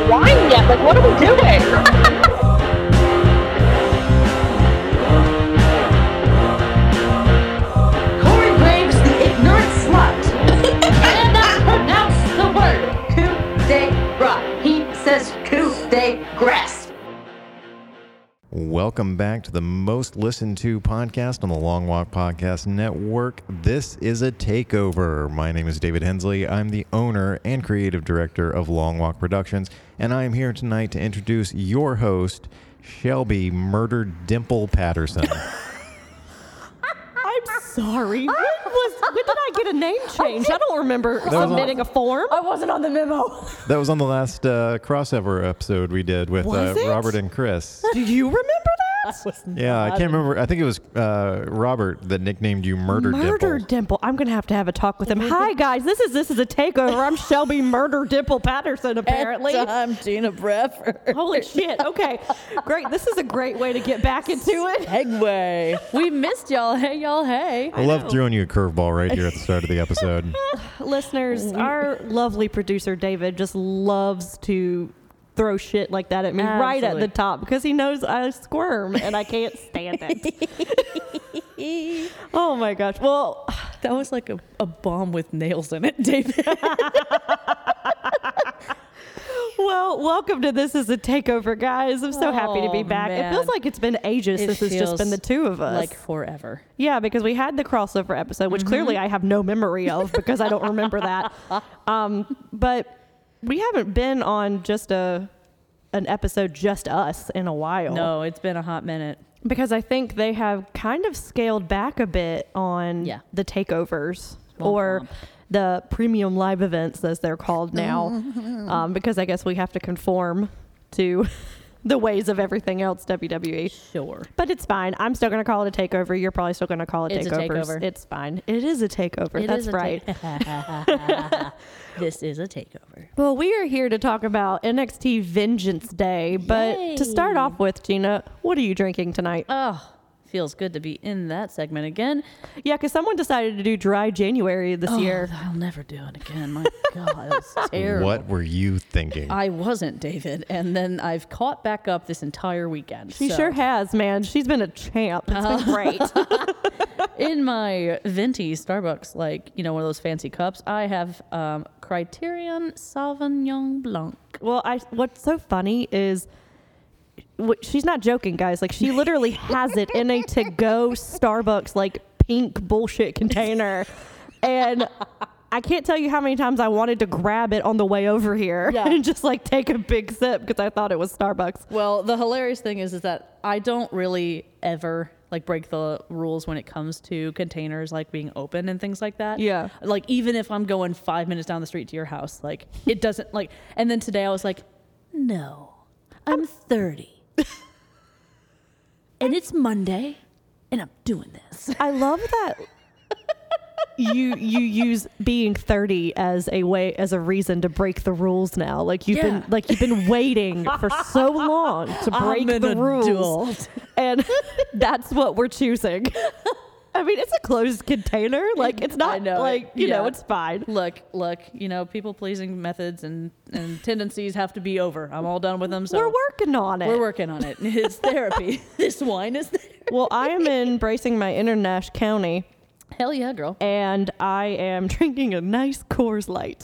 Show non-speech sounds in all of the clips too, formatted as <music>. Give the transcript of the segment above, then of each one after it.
yet. Like, what are we doing? <laughs> Corey Graves, the ignorant slut. Cannot pronounce the word coup de gras. He says coup de grass. Welcome back to the most listened to podcast on the Long Walk Podcast Network. This is a takeover. My name is David Hensley. I'm the owner and creative director of Long Walk Productions, and I am here tonight to introduce your host, Shelby Murder Dimple <laughs> Patterson. I'm <laughs> sorry. When was when did I get a name change? I don't remember was a- Oh. submitting a form. I wasn't on the memo. that was on the last uh, crossover episode we did with uh, Was it? Robert and <laughs> Chris. Do you remember that? Yeah, I can't remember. I think it was uh, Robert that nicknamed you Murder, Murder Dimple. Dimple. I'm gonna have to have a talk with him. Hi guys, this is this is a takeover. I'm Shelby Murder Dimple <laughs> Patterson. Apparently. uh, And I'm Gina Breffer. Holy shit. Okay, great. This is a great way to get back into it. Segway. We missed y'all. Hey, y'all. Hey. I love throwing you a curveball right here at the start of the <laughs> episode. Listeners, our lovely producer David just loves to throw shit like that at me right at Absolutely. the top because he knows I squirm and I can't stand it. <laughs> oh my gosh. Well, <laughs> That was like a, a bomb with nails in it, David. well, welcome to this is a takeover, guys. I'm so happy to be Oh, back. It feels man. like it's been ages since it's just been the two of us. Like forever. Yeah, because we had the crossover episode, which clearly Mm-hmm. I have no memory of because I don't remember <laughs> that. Um, but we haven't been on just a an episode just us in a while. No, it's been a hot minute. Because I think they have kind of scaled back a bit on Yeah. the takeovers Womp or womp. the premium live events as they're called <laughs> now. um, because I guess we have to conform to <laughs> the ways of everything else E. WWE. Sure. But it's fine. I'm still going to call it a takeover. You're probably still going to call it It's a takeovers. takeover. It's fine. It is a takeover. It That's is a right. <laughs> take- this is a takeover. well, we are here to talk about NXT Vengeance Day. But to start Yay. off with, Gina, what are you drinking tonight? Oh, feels good to be in that segment again. yeah, because someone decided to do dry January this year. Oh, I'll never do it again. My God, <laughs> that's terrible. What were you thinking? I wasn't, David. And then I've caught back up this entire weekend. She so- Uh-huh. sure has, man. She's been a champ. It's been great. <laughs> in my venti Starbucks, like you know, one of those fancy cups, I have um, Criterion Sauvignon Blanc. well, I what's so funny is what, she's not joking, guys. Like she literally has it in a to-go Starbucks like pink bullshit container, and I can't tell you how many times I wanted to grab it on the way over here <laughs> Yeah. and just like take a big sip because I thought it was Starbucks. Well, the hilarious thing is, is that I don't really ever like break the rules when it comes to containers like being open and things like that. Yeah. Like even if I'm going five minutes down the street to your house, like it doesn't like. And then today I was like, no, I'm 30, and it's Monday, and I'm doing this. I love that you you use being 30 as a way as a reason to break the rules now. Like you've been Yeah. like you've been waiting for so long to <laughs> I'm break an the rules. adult. And <laughs> that's what we're choosing. I mean, it's a closed <laughs> container. Like it's I not know it. like, you know, Yeah. it's fine. look, look, you know, people pleasing methods and, and tendencies have to be over. I'm all done with them. So We're working on it. We're working on it. <laughs> It's therapy. this wine is there. well, I am in Bracing My Inner Nash County Hell yeah, girl. and I am <laughs> drinking a nice Coors <laughs> Light.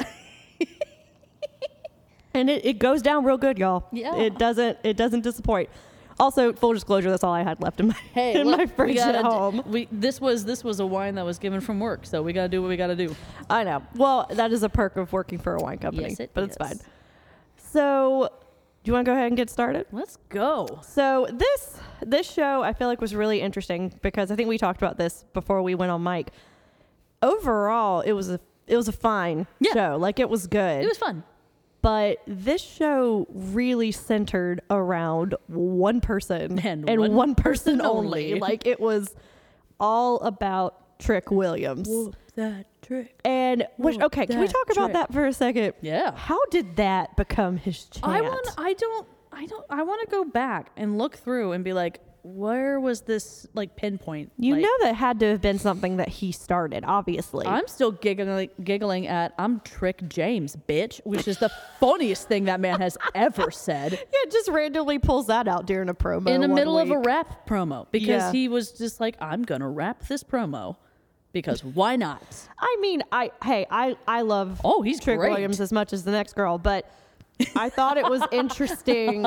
and it, it goes down real good, y'all. Yeah. It doesn't it doesn't disappoint. Also, full disclosure, that's all I had left in my in look, my we fridge gotta at do- home. we this was this was a wine that was given from work, so we gotta do what we gotta do. I know. Well, that is a perk of working for a wine company, Yes, it but is. it's fine. So, do you want to go ahead and get started? Let's go. So this this show I feel like was really interesting because I think we talked about this before we went on mic. Overall, it was a it was a fine Yeah. show. Like it was good. It was fun. but this show really centered around one person <laughs> And one person, person only. only. like it was all about Trick Williams. that trick. And which Whoa, okay, can we oh, that talk about Trick. that for a second? Yeah. How did that become his chant? I want. I don't. I don't. I want to go back and look through and be like, where was this like pinpoint? You Like, know that had to have been something that he started, obviously. I'm still giggling, giggling at I'm Trick James, bitch, which is the funniest thing that man has <laughs> ever said yeah, just randomly pulls that out during a promo in the one middle of a week. rap promo because Yeah. he was just like, I'm gonna rap this promo because why not? I mean, I hey, I I love Oh, he's Trick great. Williams as much as the next girl, but I thought it <laughs> was interesting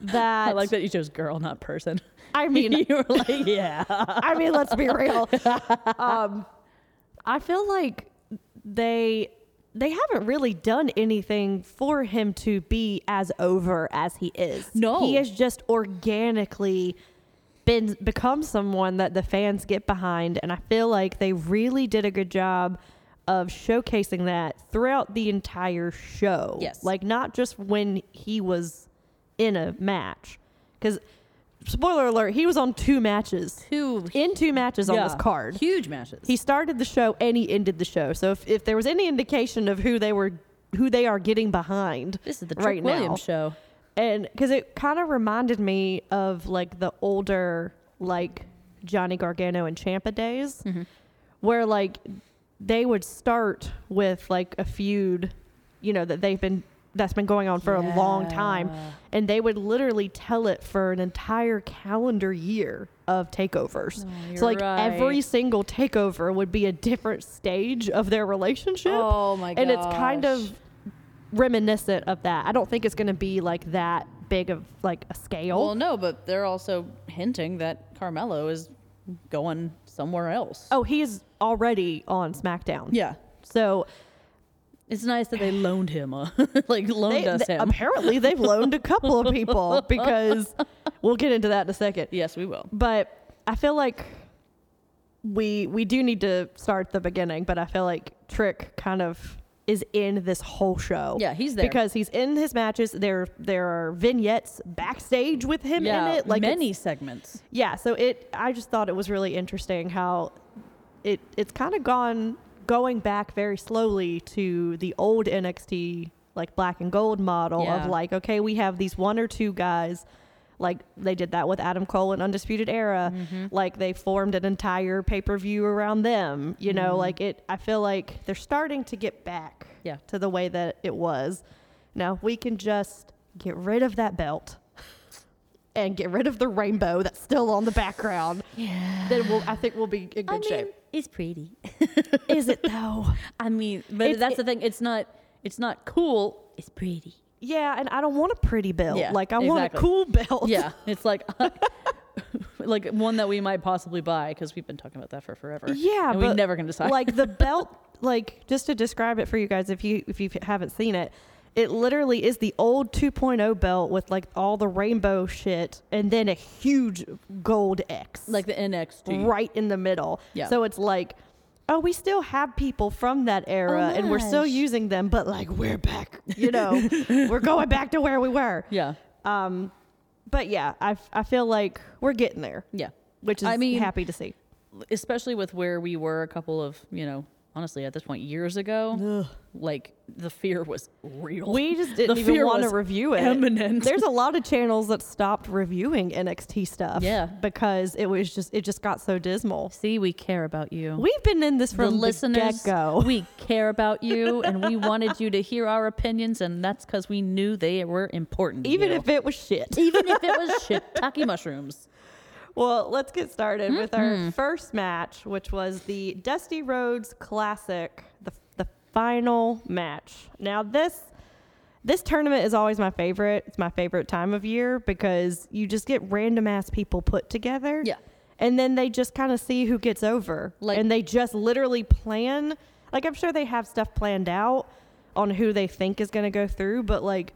that I like that you chose girl, not person. I mean, <laughs> you were <laughs> like, yeah. I mean, let's be real. Um, I feel like they they haven't really done anything for him to be as over as he is. No. he has just organically been become someone that the fans get behind, and I feel like they really did a good job of showcasing that throughout the entire show. Yes. like not just when he was in a match, because. Spoiler alert, he was on two matches Two in two matches on this card. Huge matches. He started the show and he ended the show. So if, if there was any indication of who they were, who they are getting behind, this is the Trick right now, Williams show. and because it kind of reminded me of like the older like Johnny Gargano and Champa days, Mm-hmm. where like they would start with like a feud, you know that they've been that's been going on for a long time, Yeah. and they would literally tell it for an entire calendar year of takeovers. Oh, you're so like every right. single takeover would be a different stage of their relationship. Oh my And it's kind gosh. of reminiscent of that. I don't think it's going to be like that big of like a scale. Well, no, but they're also hinting that Carmelo is going somewhere else. oh, he's already on SmackDown. yeah. So It's nice that they loaned him, uh, <laughs> like loaned they, us they- him. apparently they've loaned a couple of <laughs> people because we'll get into that in a second. yes, we will. But I feel like we we do need to start the beginning, but I feel like Trick kind of is in this whole show. Yeah, he's there. Because he's in his matches. There there are vignettes backstage with him yeah, in it. Like it's- many segments. yeah so it i just thought it was really interesting how it it's kind of gone going back very slowly to the old nxt like black and gold model Yeah. of like okay we have these one or two guys like they did that with adam cole in undisputed era Mm-hmm. like they formed an entire pay-per-view around them you know like it i feel like they're starting to get back Mm-hmm. Yeah. to the way that it was now if we can just get rid of that belt and get rid of the rainbow that's still on the background, yeah. then we'll, I think we'll be in good shape. it's pretty. <laughs> Is it though? I mean, but It's- that's it- the thing. It's not. It's <laughs> not cool. It's pretty. yeah, and I don't want a pretty belt. Yeah, like I want a exactly. cool belt. Yeah, it's like. <laughs> like one that we might possibly buy because we've been talking about that for <laughs> forever. Yeah, and but we never can decide. Like <laughs> the belt, like just to describe it for you guys, if you if you haven't seen it, it literally is the old 2.0 belt with like all the rainbow shit, and then a huge gold X, <laughs> like the NXT. right in the middle. Yeah. So it's like, oh, we still have people from that era Oh and we're still Homage. using them, but like we're back, you <laughs> know, we're going back to where we were. Yeah, But yeah, I, f- I feel like we're getting there, yeah. which is I mean, happy to see. especially with where we were a couple of you know honestly at this point years ago like the fear was real We just The didn't even fear want to was review it. eminent. There's a lot of channels that stopped reviewing NXT stuff. Yeah. Because it was just, it just got so dismal. see we care about you We've been in this from the the, listeners get-go. we care about you and we wanted you to hear our opinions and that's because we knew they were important to even you. if it was shit. even if it was shiitake mushrooms Well, let's get started with Mm-hmm. our first match, which was the Dusty Rhodes Classic, the, the final match. Now, this this tournament is always my favorite. It's my favorite time of year because you just get random ass people put together. Yeah. And then they just kind of see who gets over. Like- and they just literally plan. Like I'm sure they have stuff planned out on who they think is going to go through, but like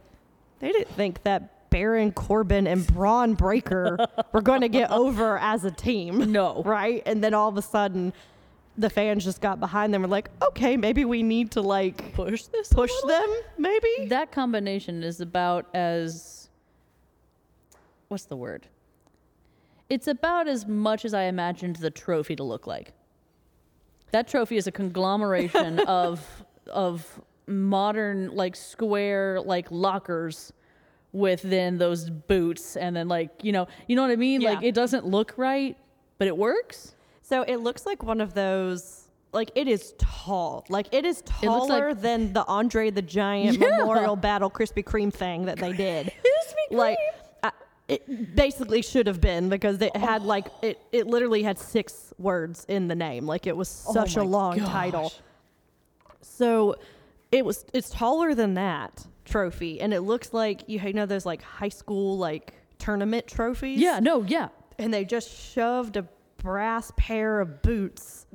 they didn't think that Baron Corbin and Braun <laughs> Breaker were going to get over as a team. No. Right? And then all of a sudden the fans just got behind them and were like, "Okay, maybe we need to like push this push them maybe?" that combination is about as what's the word it's about as much as i imagined the trophy to look like that trophy is <laughs> a conglomeration of of modern like square like lockers with then those boots and then like you know you know what I mean. Like Yeah. it doesn't look right, but it works. So it looks like one of those. Like it is tall. Like it is looks like- taller than the Andre the Giant Yeah. Memorial Battle Krispy Kreme thing that they did. <laughs> Krispy Like I, it basically should have been because it Oh. had like it. It literally had six words in the name. Like it was such a Oh my long gosh. title. So it was. It's taller than that trophy, and it looks like you know those like high school like tournament trophies Yeah. No. Yeah. and they just shoved a brass pair of boots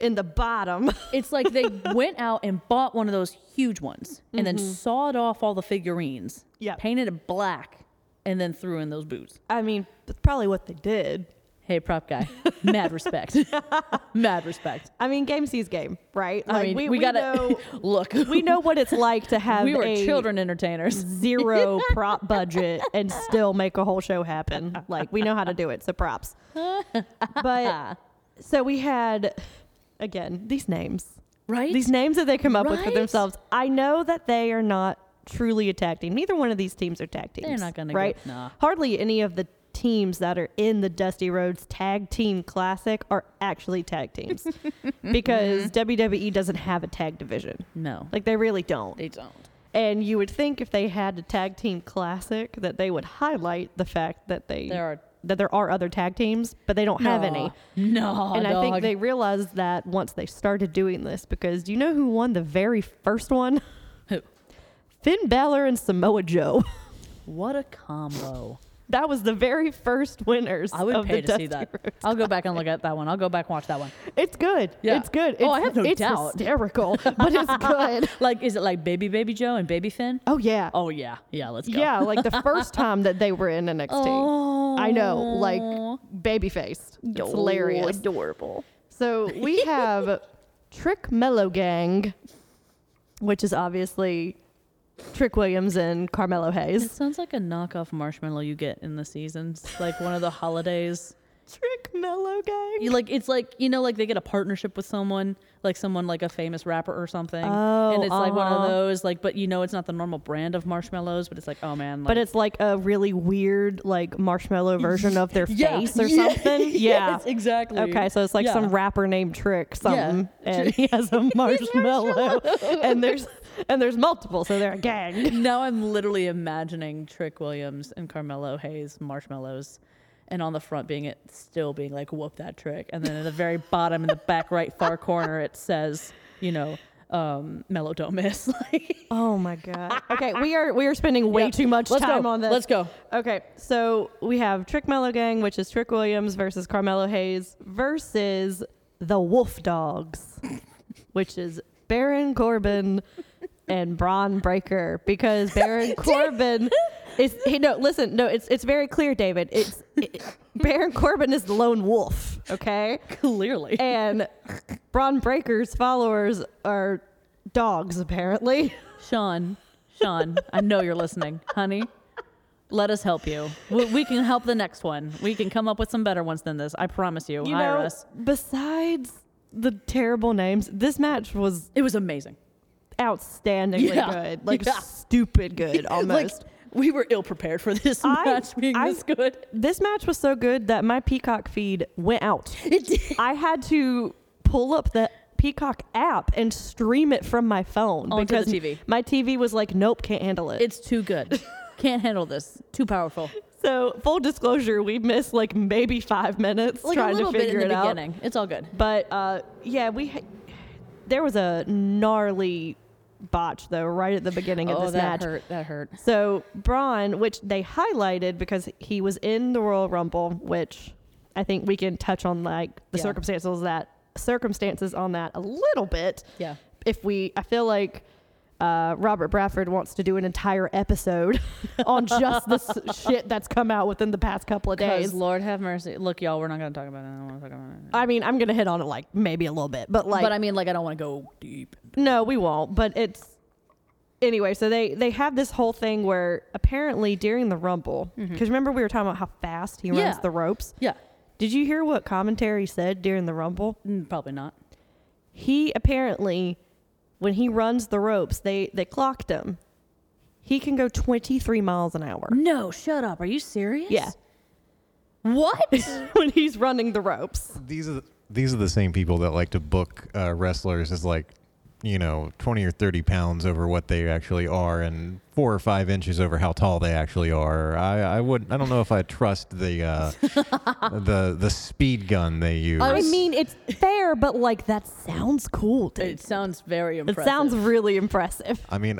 in the bottom. <laughs> It's like they went out and bought one of those huge ones and then sawed off all the figurines. Mm-hmm. Yep. Painted it black and then threw in those boots. I mean, that's probably what they did. Hey, prop guy, <laughs> <laughs> mad respect. mad respect. I mean, game sees game, right? I mean, we, gotta <laughs> know, look. we know what it's like to have we were a children <laughs> entertainers. zero prop budget and still make a whole show happen. Like we know how to do it, so props. But so we had again these names. Right? These names that they come up with for Right? themselves. I know that they are not truly a tag team. Neither one of these teams are tag teams. not gonna go- right. nah. Hardly any of the teams that are in the Dusty Roads Tag Team Classic are actually tag <laughs> teams Mm-hmm. because WWE doesn't have a tag division. no, Like they really don't. they don't. And you would think if they had a tag team classic that they would highlight the fact that they There are- that there are other tag teams, but they don't have any. No, And I think dog. they realized that once they started doing this because do you know who won the very first one? Who? Finn Balor and Samoa Joe. <laughs> What a combo! that was the very first winners. I would of pay the to see Dusty that. Rhodes. I'll go back and look at that one. I'll go back and watch that one. It's good. Yeah. It's good. It's, Oh, I have no it's doubt. hysterical, but <laughs> it's good. Like, is it like Baby Baby Joe and Baby Finn? Oh yeah. Oh yeah, yeah. Let's go. Yeah, like the first time that they were <laughs> in NXT. I know, like Oh. baby faced. It's hilarious. adorable. So <laughs> we have Trick Mellow Gang, which is obviously Trick Williams and Carmelo It Hayes. sounds like a knockoff marshmallow you get in the seasons, like one of the holidays. Trick Mellow Gang. You like it's like you know like they get a partnership with someone like someone like a famous rapper or something Oh, and it's like one of uh-huh. those like but you know it's not the normal brand of marshmallows but it's like oh man like, but it's like a really weird, like marshmallow version of <laughs> their Yeah. face or Yeah. <laughs> something. <laughs> Yes, Yeah, exactly. Okay, so it's like Yeah. some rapper named Trick something, Yeah. and <laughs> he has a marshmallow, <laughs> and there's and there's multiple, so they're a gang. now I'm literally imagining Trick Williams and Carmelo Hayes marshmallows and on the front being it still being like whoop that trick and then at <laughs> the very bottom in the back right far corner it says you know um mellow don't miss <laughs> like Oh my god. Okay, we are we are spending way Yeah. too much Let's time go. on this. <laughs> Let's go. Okay, so we have Trick Mellow Gang, which is Trick Williams versus Carmelo Hayes versus the Wolf Dogs, which is Baron Corbin and Braun Breaker because <laughs> Baron Corbin is he no listen no it's it's very clear David it's it, Baron Corbin is the lone wolf okay clearly and Braun Breaker's followers are dogs apparently. Sean, Sean, I know you're listening, honey. Let us help you. We, we can help the next one. We can come up with some better ones than this. I promise you. you Hire know, us. besides the terrible names, this match was It was amazing. outstandingly Yeah. good. Like Yeah. stupid good almost. <laughs> Like, we were ill prepared for this I- match being I- this good. this match was so good that my Peacock feed went out. It did. I had to pull up the Peacock app and stream it from my phone Onto the because TV. my TV was like, nope, can't handle it. It's too <laughs> good. Can't handle this. Too powerful. so full disclosure, we missed like maybe five minutes Like trying a to little figure bit in it the out. beginning. It's all good. But uh, yeah, we ha- there was a gnarly botch though right at the beginning of oh, this that match. hurt. That hurt. So Braun, which they highlighted because he was in the Royal Rumble, which I think we can touch on like the Yeah. circumstances that circumstances on that a little bit. Yeah. If we, I feel like uh, Robert Bradford wants to do an entire <laughs> episode on just this shit that's come out within the past couple <laughs> of days. Because Lord have mercy. Look, y'all, we're not going to talk about it. I don't want to talk about it. I mean, I'm gonna hit on it like maybe a little bit, but like, but I mean, like, I don't want to go deep. No, we won't. But it's anyway. So they they have this whole thing where apparently during the rumble, because remember we were talking about how fast he runs Mm-hmm. Yeah. the ropes. Yeah. Did you hear what commentary said during the rumble? Mm, Probably not. He apparently, when he runs the ropes, they they clocked him. He can go 23 miles an hour. No, shut up. Are you serious? Yeah. <laughs> What? when he's running the ropes. These are the, these are the same people that like to book uh, wrestlers as like, you know, twenty or thirty pounds over what they actually are, and four or five inches over how tall they actually are. I, I would I don't know if I trust the <laughs> uh, the the speed gun they use. I mean, it's fair, but like that sounds cool, it dude. sounds very It impressive. sounds really impressive. I mean,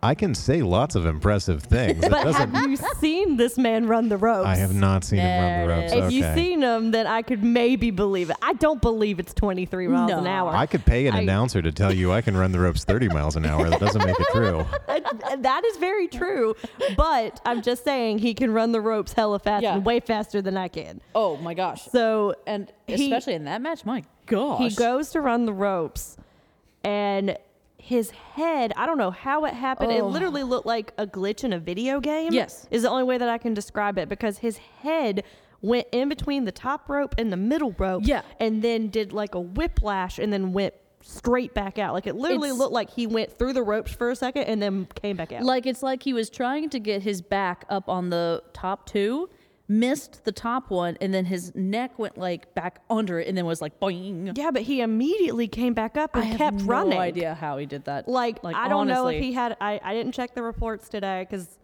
I can say lots of impressive things. It <laughs> But doesn't. have you seen this man run the ropes? I have not seen him There run it the ropes. is. If okay. you seen him, then I could maybe believe it. I don't believe it's 23 miles an No. hour. I could pay an I- announcer to tell you I can run the ropes 30 miles an hour. That doesn't make it <laughs> true. That- Uh, that is very true, but I'm just saying he can run the ropes hella fast Yeah. and way faster than I can. Oh my gosh. So and he- especially in that match, my gosh. He goes to run the ropes, and his head, I don't know how it happened. It Oh. literally looked like a glitch in a video game. Yes. Is the only way that I can describe it because his head went in between the top rope and the middle rope. Yeah. And then did like a whiplash and then went straight back out. Like it literally It's- looked like he went through the ropes for a second and then came back out. Like it's like he was trying to get his back up on the top two, missed the top one, and then his neck went like back under it, and then was like boing. yeah, but he immediately came back up and I have kept no running. idea how he did that. Like, I don't know if honestly. he had. I, I didn't check the reports today because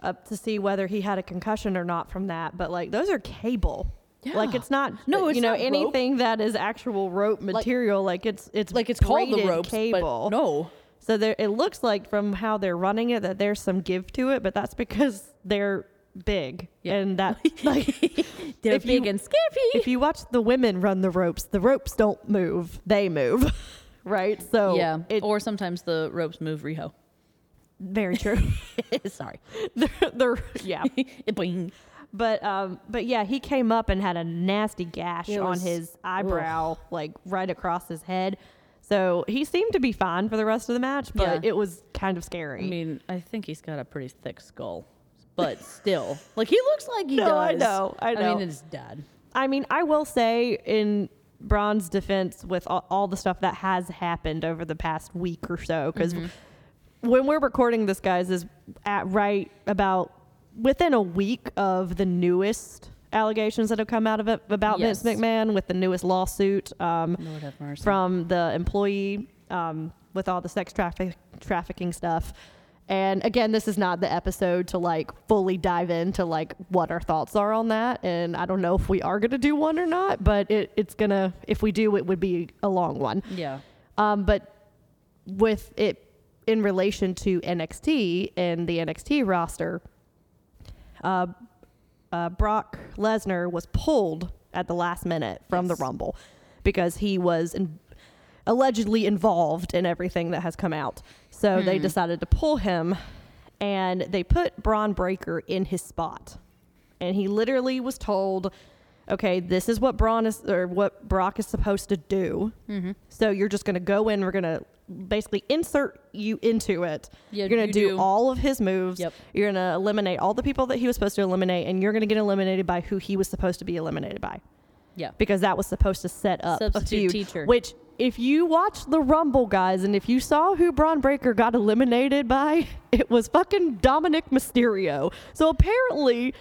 up to see whether he had a concussion or not from that. But like those are cable. Like Yeah. it's not. No, it's you know not rope. anything that is actual rope material. Like, it's it's like it's called the braided ropes, cable. but no. So there, it looks like from how they're running it that there's some give to it, but that's because they're big Yeah. and <laughs> that like They're if you- big and scary. If you watch the women run the ropes, the ropes don't move; they move, <laughs> right? So yeah, it, or sometimes the ropes move Riho. <laughs> very true. Sorry, <laughs> <laughs> the, the, yeah, It boing. but um, but yeah, he came up and had a nasty gash It on was- his eyebrow, like right across his head. So he seemed to be fine for the rest of the match, but Yeah. it was kind of scary. I mean, I think he's got a pretty thick skull, but <laughs> still, like he looks like he No, does. I know, I know. mean, it's dad. I mean, I will say in Braun's defense, with all, all the stuff that has happened over the past week or so, because when we're recording this, guys, is at right about within a week of the newest allegations that have come out of it about Vince Yes. McMahon with the newest lawsuit um, Lord have mercy. from the employee um, with all the sex traffic trafficking stuff. And again, this is not the episode to like fully dive into like what our thoughts are on that. And I don't know if we are going to do one or not, but it, it's going to, if we do, it would be a long one. Yeah. Um, but with it in relation to NXT and the NXT roster, uh, uh, Brock Lesnar was pulled at the last minute from the Rumble because he was in, allegedly involved in everything that has come out. So they Hmm. decided to pull him and they put Braun Breaker in his spot. And he literally was told, okay, this is what Braun is or what Brock is supposed to do. Mm-hmm. So you're just going to go in. We're going to basically insert you into it. Yeah, you're going to you do, do. all of his moves. Yep. You're going to eliminate all the people that he was supposed to eliminate, and you're going to get eliminated by who he was supposed to be eliminated by Yeah. because that was supposed to set up a Substitute feud. teacher. Which, if you watch the Rumble, guys, and if you saw who Braun Breaker got eliminated by, <laughs> it was fucking Dominic Mysterio. So apparently.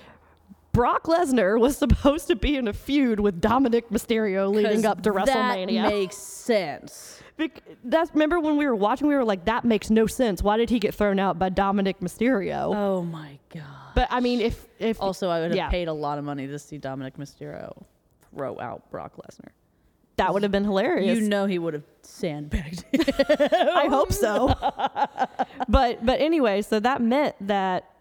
Brock Lesnar was <laughs> supposed to be in a feud with Dominic Mysterio leading 'Cause up to WrestleMania. That makes sense. <laughs> Bec- that's remember when we were watching, we were like, that makes no sense. Why did he get thrown out by Dominic Mysterio? Oh my god. but I mean, if if Also, I would have yeah, paid a lot of money to see Dominic Mysterio throw out Brock Lesnar. that would have been hilarious. You know he would have sandbagged. I hope <laughs> so. but but anyway, so that meant that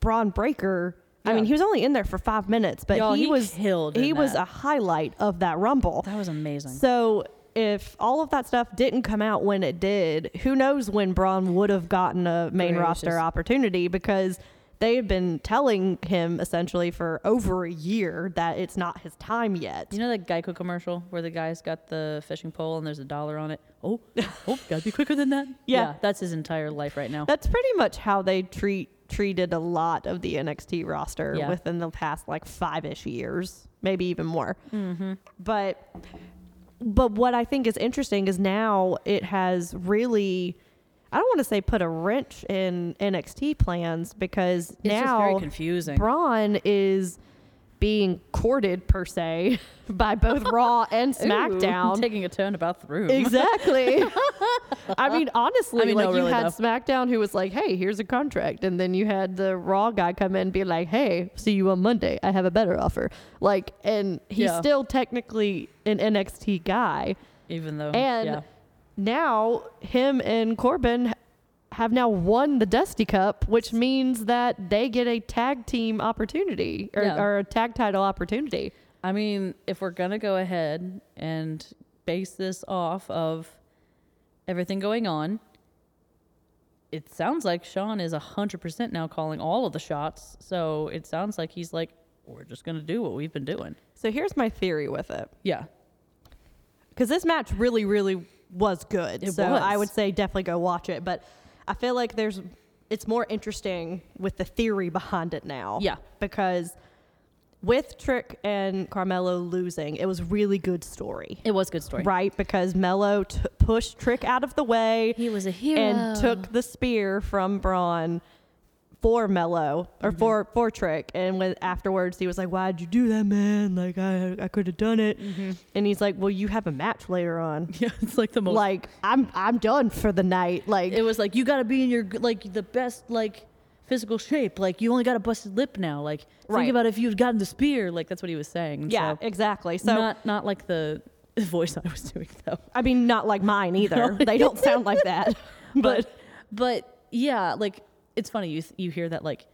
Braun Breaker. I mean, Yeah. he was only in there for five minutes, but <laughs> Y'all, he, he was killed He in was that. a highlight of that Rumble. that was amazing. So if all of that stuff didn't come out when it did, who knows when Braun would have gotten a main Gracious. roster opportunity because they had been telling him essentially for over a year that it's not his time yet. You know that Geico commercial where the guy's got the fishing pole and there's a dollar on it? <laughs> Oh, oh, gotta be quicker than that. Yeah. that's his entire life right now. That's pretty much how they treat treated a lot of the NXT roster Yeah. within the past like five ish years, maybe even more. Mm-hmm. But but what I think is interesting is now it has really. I don't want to say put a wrench in NXT plans because It's just now very confusing. Braun is being courted per se <laughs> by both Raw and Ooh, SmackDown. taking a turn about the room. Exactly. <laughs> I mean, honestly, I mean, like no, you really, had though. SmackDown who was like, "Hey, here's a contract," and then you had the Raw guy come in and be like, "Hey, see you on Monday. I have a better offer." Like, and he's Yeah. still technically an NXT guy, Even though, and yeah. now him and Corbin have now won the Dusty Cup, which means that they get a tag team opportunity or, Yeah. or a tag title opportunity. I mean, if we're gonna go ahead and base this off of everything going on, it sounds like Sean is hundred percent now calling all of the shots. So it sounds like he's like, we're just gonna do what we've been doing. So here's my theory with it. Yeah, because this match really, really was good. It so was. I would say definitely go watch it. But I feel like there's it's more interesting with the theory behind it now. Yeah. because with Trick and Carmelo losing, it was really good story. it was a good story. Right, because Mello t- pushed Trick out of the way. He was a hero. and took the spear from Braun for Mello or Mm-hmm. for for Trick. And when, afterwards, he was like, "Why'd you do that, man? Like I I could have done it." Mm-hmm. And he's like, "Well, you have a match later on. Yeah, <laughs> it's like the most. Like I'm I'm done for the night. Like it was like you gotta be in your g- like the best like physical shape. Like you only got a busted lip now. Like Right. think about if you'd gotten the spear. Like that's what he was saying. yeah, So- exactly. So not not like the <laughs> voice I was doing though. I mean, not like <laughs> mine either. they don't sound like that. But, But but yeah, like it's funny you th- you hear that like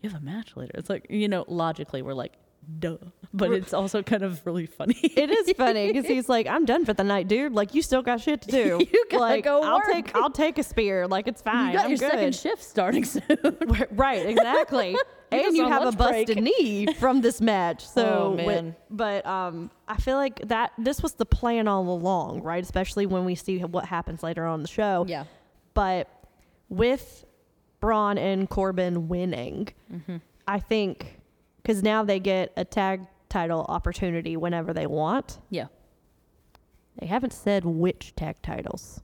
you have a match later. It's like you know logically we're like duh, but it's also kind of really <laughs> funny. it is funny because he's like, "I'm done for the night, dude. Like you still got <laughs> shit to do. You gotta like go I'll work." take I'll take a spear. Like it's fine. you got I'm your good. second shift starting soon. Right, <laughs> exactly. and just you on have a lunch busted break. knee from this match. So, <laughs> Oh, wi- man. but um, I feel like that this was the plan all along, right? Especially when we see what happens later on in the show. Yeah. But with Braun and Corbin winning, Mm-hmm. I think because now they get a tag title opportunity whenever they want. yeah, They haven't said which tag titles.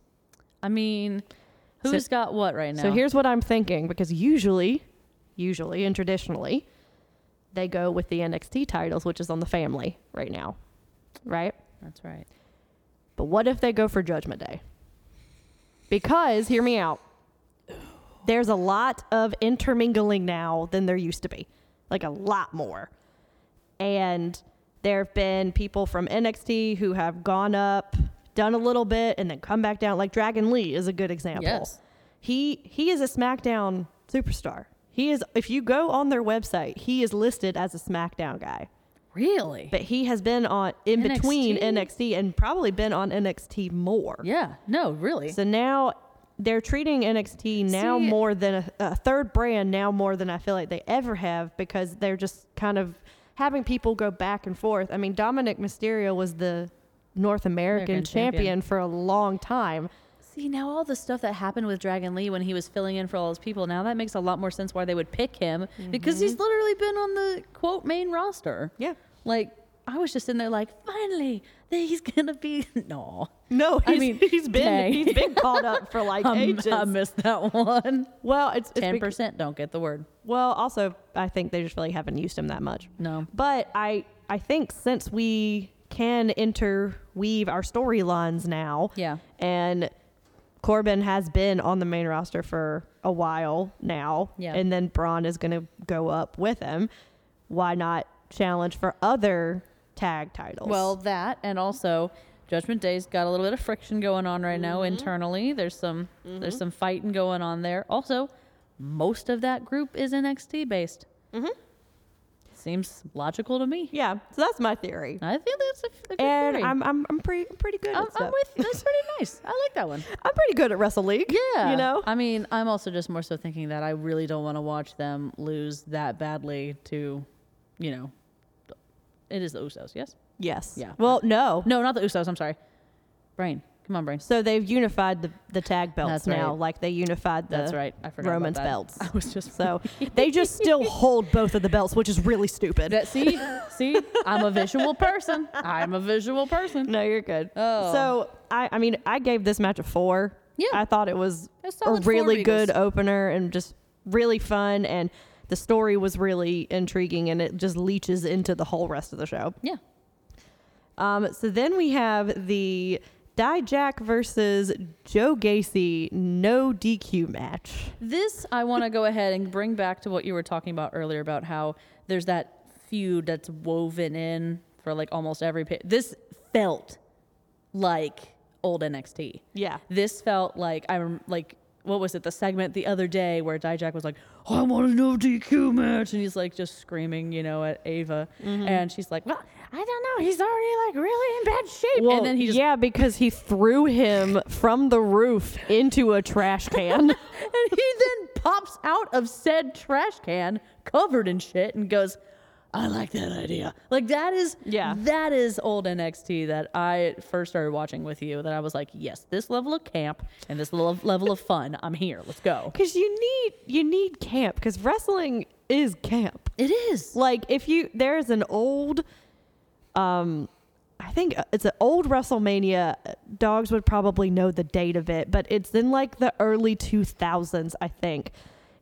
I mean, So- who's got what right now? So here's what I'm thinking because usually, usually and traditionally, they go with the NXT titles, which is on the family right now, right? that's right. But what if they go for Judgment Day? Because, hear me out, there's a lot of intermingling now than there used to be, like a lot more. And there have been people from NXT who have gone up, done a little bit, and then come back down. Like Dragon Lee is a good example. Yes. He he is a SmackDown superstar. He is if you go on their website, he is listed as a SmackDown guy. Really? But he has been on in between NXT and probably been on NXT more. yeah. No, really. So now they're treating NXT now See- more than a, a third brand now more than I feel like they ever have because they're just kind of having people go back and forth. I mean, Dominic Mysterio was the North American, American champion, champion. for a long time. See, now all the stuff that happened with Dragon Lee when he was filling in for all those people, now that makes a lot more sense why they would pick him because he's literally been on the quote main roster. Yeah. Like, I was just in there like, finally, that he's going to be. <laughs> No. No, I he's, mean, he's been dang. he's been caught up for like <laughs> Um, ages. I missed that one. well, it's, it's Ten bec- percent don't get the word. Well, also, I think they just really haven't used him that much. No. But I, I think since we can interweave our storylines now, Yeah. and Corbin has been on the main roster for a while now, Yeah. and then Braun is going to go up with him. Why not challenge for other tag titles? Well, that and also Judgment Day's got a little bit of friction going on right now Mm-hmm. internally. There's some there's some fighting going on there. Also, most of that group is NXT based. Mm-hmm. Seems logical to me. yeah. So that's my theory, I think that's a, a good and theory. I'm, I'm, I'm pretty, I'm pretty good. at I'm, I'm stuff. with that's pretty nice. I <laughs> like that one. I'm pretty good at Wrestle League. Yeah, you know. I mean, I'm also just more so thinking that I really don't want to watch them lose that badly to, you know, it is the Usos. Yes. yes. Yeah. Well, no, No, not the Usos. I'm sorry. Brain. Come on, brain. So they've unified the, the tag belts That's now. right. Like they unified the That's right. I forgot about Roman's that. belts. <laughs> I was just So they just <laughs> still hold both of the belts, which is really stupid. that. See, see, I'm a visual person. I'm a visual person. no, you're good. Oh. So I, I mean, I gave this match a four. Yeah. I thought it was That's a solid four really good Regals. opener and just really fun. And the story was really intriguing and it just leaches into the whole rest of the show. Yeah. Um, so then we have the Dijak versus Joe Gacy no DQ match. This I want to go ahead and bring back to what you were talking about earlier about how there's that feud that's woven in for like almost every pay- this felt like old NXT. Yeah. This felt like I'm like what was it the segment the other day where Dijak was like "Oh, I want a no DQ match and he's like just screaming you know at Ava and she's like well I don't know he's already like really in bad shape Well, and then he just yeah, because he threw him from the roof into a trash <laughs> can. And he then pops out of said trash can covered in shit and goes, I like that idea. Like that is Yeah. that is old NXT that I first started watching with you that I was like, yes, this level of camp and this level level of fun, I'm here. Let's go. Because you need you need camp. Because wrestling is camp. It is. Like if you there's an old, um, I think uh, it's an old WrestleMania. uh, Dogs would probably know the date of it, but it's in like the early two thousands, I think.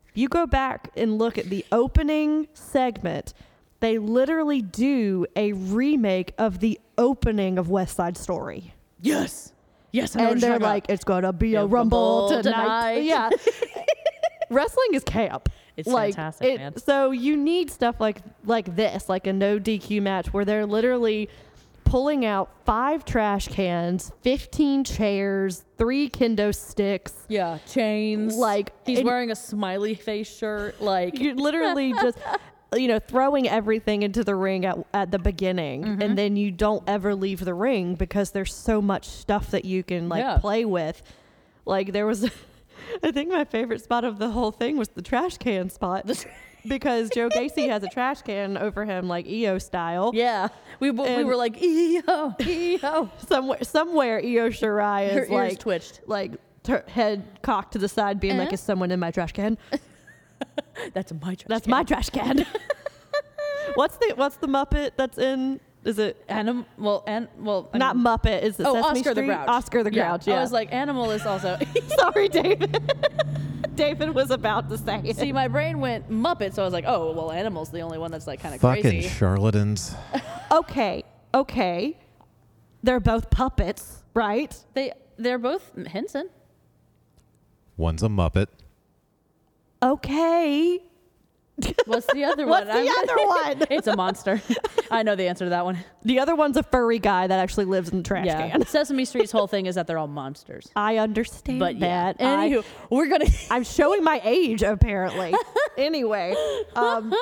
If you go back and look at the opening segment, they literally do a remake of the opening of West Side Story Yes. Yes, I know and what you're they're talking about. like, it's gonna be a It'll rumble, rumble tonight. tonight. <laughs> Yeah, wrestling is camp. It's like, fantastic, man. So you need stuff like like this, like a no DQ match where they're literally pulling out five trash cans, fifteen chairs, three kendo sticks. yeah, chains. Like, he's and- wearing a smiley face shirt. Like You're literally <laughs> just. You know, throwing everything into the ring at, at the beginning, Mm-hmm. and then you don't ever leave the ring because there's so much stuff that you can like Yeah. play play with. Like there was, <laughs> I think my favorite spot of the whole thing was the trash can spot <laughs> because Joe Gacy has a trash can over him, like EO style. Yeah. We we And- were <laughs> like, EO, EO. Somewhere, somewhere, EO Shirai Her is ears like twitched. like tur head cocked to the side, being like, Uh-huh. "Is someone in my trash can? That's my trash That's can. my trash can." <laughs> what's the What's the Muppet that's in? Is it Anim- well, and well, not anim- Muppet? Is it Oh, Sesame Oscar the Street? Grouch. Oscar the Grouch. Yeah, I was like, animal is also. <laughs> <laughs> "Sorry, David." <laughs> David was about to say it. See, my brain went Muppet, so I was like, oh, well, animal's the only one that's like kind of Fucking crazy. charlatans. okay, okay. They're both puppets, right? they they're both Henson. One's a Muppet. Okay. What's the <laughs> other What's one? the other one? it's a <laughs> monster. I know the answer to that one. <laughs> The other one's a furry guy that actually lives in the trash yeah, can. <laughs> Sesame Street's whole thing is that they're all monsters. I understand But yeah, that. I- anywho, we're <laughs> gonna. I'm showing my age, <laughs> apparently. anyway, um,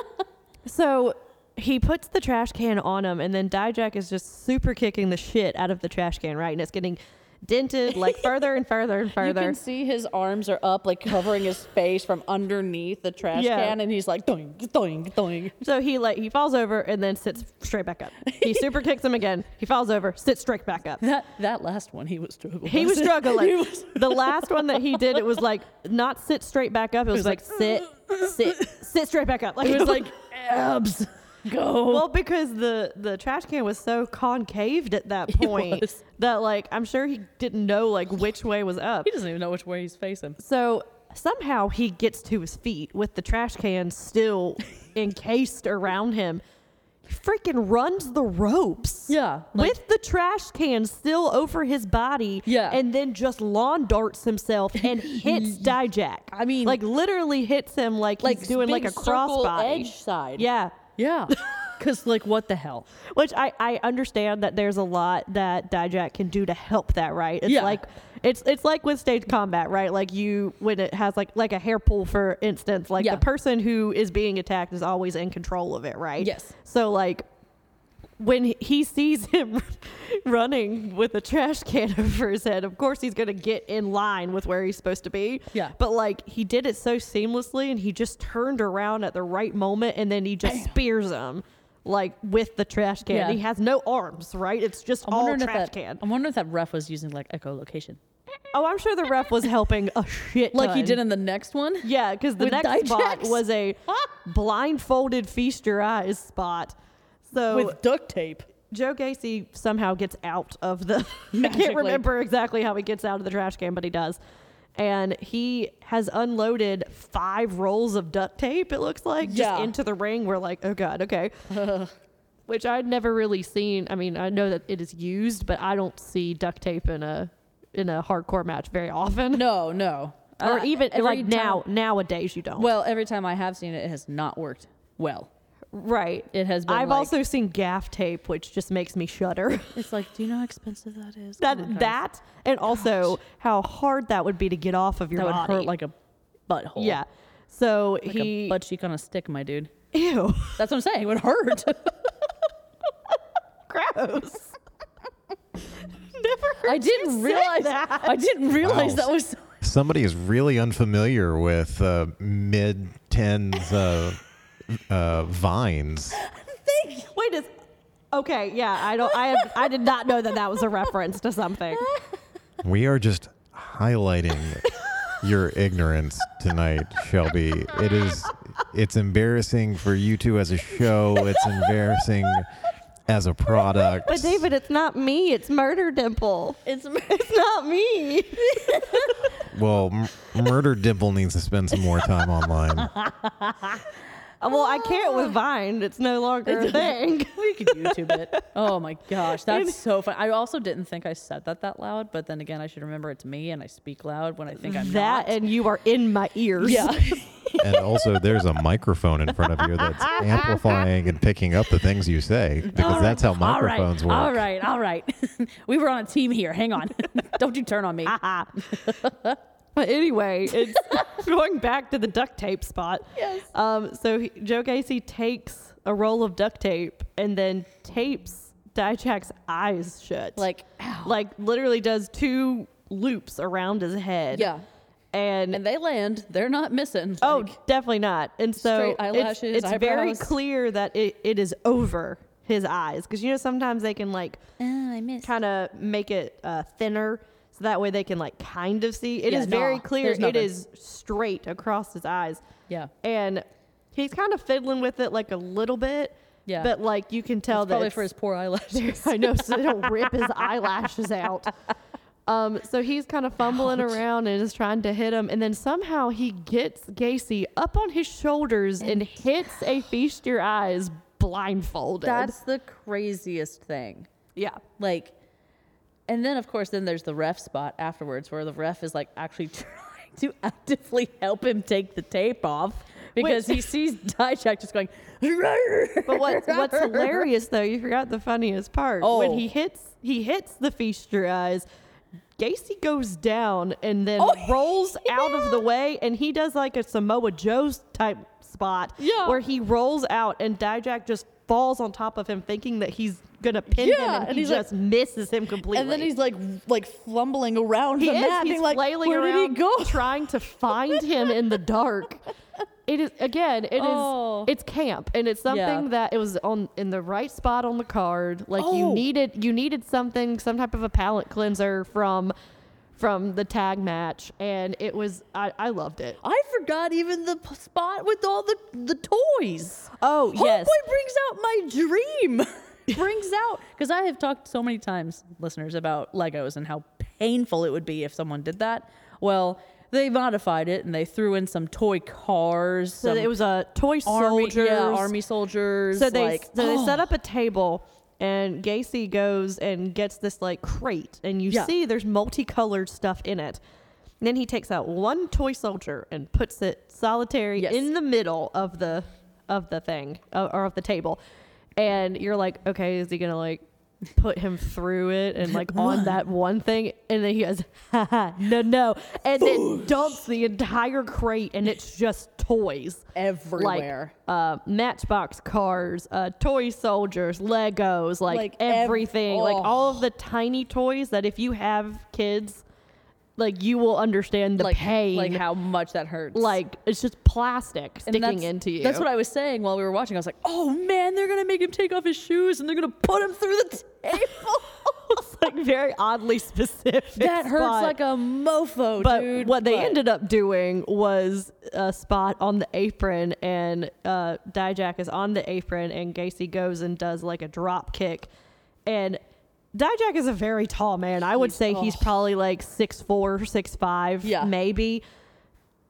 so he puts the trash can on him, and then Dijak is just super kicking the shit out of the trash can, right? And it's getting dented like further and further and <laughs> You further. can see his arms are up, like covering his face from underneath the trash Yeah. can, and he's like, doing, doing, doing. So he like he falls over and then sits straight back up. <laughs> He super kicks him again. He falls over, sits straight back up. That that last one, he was struggling. He was struggling. <laughs> He was- <laughs> the last one that he did, it was like not sit straight back up. It was, was like, sit, sit, sit straight back up. Like It was like <laughs> abs. Go. well, because the the trash can was so concaved at <laughs> that point was. that like I'm sure he didn't know like which way was up. he doesn't even know which way he's facing. So somehow he gets to his feet with the trash can <laughs> still encased around him. He freaking runs the ropes. Yeah, like- with the trash can still over his body. Yeah. And then just lawn darts himself <laughs> and hits Dijak. I mean- like literally hits him like, he's doing like a crossbody. edge side. Yeah. <laughs> yeah. Because like, what the hell? Which I, I understand that there's a lot that Dijak can do to help that, right? It's Yeah. like it's it's like with stage combat, right? Like you when it has like like a hair pull for instance, like Yeah. the person who is being attacked is always in control of it, right? Yes. So like when he- he sees him <laughs> running with a trash can <laughs> over his head, of course he's gonna get in line with where he's supposed to be. Yeah. But like he did it so seamlessly, and he just turned around at the right moment, and then he just spears him like with the trash can. Yeah. He has no arms, right? It's just all if trash that. can. I'm wondering if that ref was using like echolocation, Oh, I'm sure the ref was helping a shit. like he ton. did in the next one. Yeah, because the With next Dijax. spot was <laughs> a blindfolded feast your eyes spot. So With duct tape. Joe Gacy somehow gets out of the. <laughs> I Magically. can't remember exactly how he gets out of the trash can, but he does. and he has unloaded five rolls of duct tape. It looks like Yeah. just into the ring. We're like, oh god, okay. Which I'd never really seen. I mean, I know that it is used, but I don't see duct tape in a in a hardcore match very often. No, no. Or Uh, even every like now time- nowadays you don't. Well, every time I have seen it, it has not worked well. right. It has been I've like- also seen gaff tape, which just makes me shudder. <laughs> It's like, do you know how expensive that is? that Oh my God. that and also how hard that would be to get off of your that would body. hurt like a butthole. yeah. So like he a butt cheek on a stick, my dude. <laughs> ew That's what I'm saying. It would hurt. <laughs> gross. Never. I heard didn't you say realize. that. I didn't realize Wow. that was. Somebody is really unfamiliar with uh, mid tens uh, uh, vines. Wait, is okay? Yeah, I don't. I have, I did not know that that was a reference to something. We are just highlighting your ignorance tonight, Shelby. It is it's embarrassing for you two as a show. It's embarrassing as a product. <laughs> But David, it's not me. It's Murder Dimple. <laughs> It's It's not me. well, M- Murder Dimple needs to spend some more time online. Uh, well, I can't Ah. with Vine. It's no longer a <laughs> thing. we could YouTube it. Oh my gosh, that's so fun. I also didn't think I said that that loud, but then again, I should remember it's me and I speak loud when I think I'm That not. and you are in my ears. yeah. And also, there's a microphone in front of you that's amplifying and picking up the things you say because that's how microphones all work. right, all right, all right. <laughs> we were on a team here. Hang on. <laughs> Don't you turn on me. Ah. <laughs> But anyway, <laughs> it's going back to the duct tape spot. Yes. Um, so he, Joe Gacy takes a roll of duct tape and then tapes Dijak's eyes shut. Like, ow. like literally does two loops around his head. Yeah. And, and they land. They're not missing. oh, Like, definitely not. And so Straight it's- eyelashes, it's, very eyebrows. clear that it, it is over his eyes because you know sometimes they can like Ah, kind of make it uh, thinner so that way they can like kind of see. It is Yeah, very nah, clear. there's It nothing. is straight across his eyes. Yeah. and he's kind of fiddling with it like a little bit. Yeah. but like you can tell it's probably that for it's- his poor <laughs> eyelashes. I know, so they don't rip <laughs> his eyelashes out. Um, so he's kind of fumbling around and is trying to hit him, and then somehow he gets Gacy up on his shoulders and, hits a feast your eyes blindfolded. That's the craziest thing. yeah. Like, and then of course, then there's the ref spot afterwards where the ref is like actually <laughs> trying to actively help him take the tape off because <laughs> Which- he sees Dijak just going. But <laughs> what's what's hilarious though, you forgot the funniest part. Oh. When he hits he hits the feast your eyes, Gacy goes down and then Oh, rolls out of the way and he does like a Samoa Joe's type spot Yeah. where he rolls out and Dijak just falls on top of him thinking that he's gonna pin him Yeah, and, and he he's like- just misses him completely. And then he's like, like fumbling around he the is, mat, he's being like, flailing "Where around did he go?" trying to find him in the dark. It is again. It is. Oh. It's camp, and it's something Yeah. that it was on in the right spot on the card. Like you Oh. needed, you needed something, some type of a palate cleanser from, from the tag match, and it was. I, I loved it. I forgot even the p- spot with all the the toys. Oh yes. Homeboy brings out my dream. <laughs> brings out because I have talked so many times, listeners, about Legos and how painful it would be if someone did that. Well, they modified it and they threw in some toy cars. So some it was a toy army, soldier. yeah, army soldiers. So they like, so they oh. <gasps> set up a table, and Gacy goes and gets this like crate, and you Yeah. see there's multicolored stuff in it. And then he takes out one toy soldier and puts it solitary Yes. in the middle of the of the thing uh, or of the table, and you're like, okay, is he gonna like put him through it and <laughs> like on that one thing and then he goes "Ha ha, no no and then dumps the entire crate and it's just toys everywhere. like uh, Matchbox cars, uh, toy soldiers, Legos, like, Like ev- everything, like oh. all of the tiny toys that if you have kids, like you will understand the like pain. like how much that hurts. Like, it's just plastic And sticking that's- into you. That's what I was saying while we were watching. I was like, "Oh man, they're gonna make him take off his shoes and they're gonna put him through the <laughs> table." <laughs> it's like very oddly <laughs> specific. that hurts spot. like a mofo, But Oh, dude. what they But- ended up doing was a spot on the apron, and uh, Dijak is on the apron, and Gacy goes and does like a drop kick, and Dijak is a very tall man. I would He's- say he's oh. probably like six four, six five, Yeah. maybe.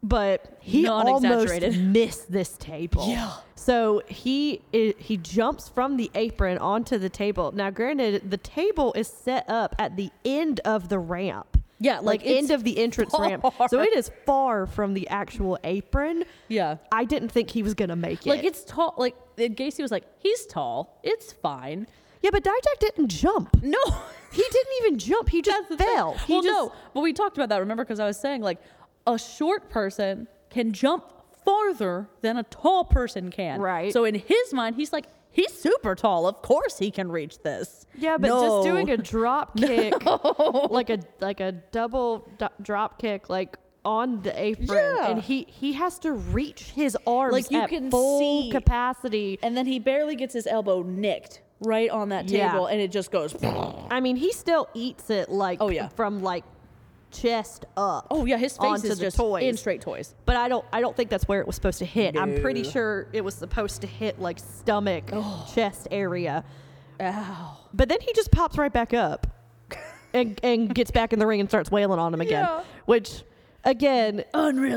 But he Not almost exaggerated. missed this table. Yeah. So he i he jumps from the apron onto the table. Now, granted, the table is set up at the end of the ramp. Yeah, like, like end it's of the entrance ramp. far. So it is far from the actual apron. Yeah. I didn't think he was gonna make it. Like it's tall. Like and Gacy was like, he's tall. It's fine. yeah, but Dijak didn't jump. No, He didn't even jump. He just <laughs> that's the thing. fell. He well, just, no, but we talked about that. Remember, because I was saying like a short person can jump farther than a tall person can. Right. So in his mind, he's like, he's super tall. Of course he can reach this. Yeah, but No. just doing a <laughs> drop kick, like a like a double do- drop kick, like on the apron, Yeah. and he he has to reach his arms Like, you at can full see- capacity. and then he barely gets his elbow nicked right on that Yeah. table, and it just <laughs> goes. oh I mean, he still eats it like Oh, yeah. Oh, from like chest up. yeah, his face onto is the just toys. in straight toys. But I don't I don't think that's where it was supposed to hit. I'm pretty No. sure it was supposed to hit like stomach, chest area. Ow. But then he just pops right back <laughs> up and, and gets back in the ring and starts wailing on him again. Yeah. Oh, Which, again,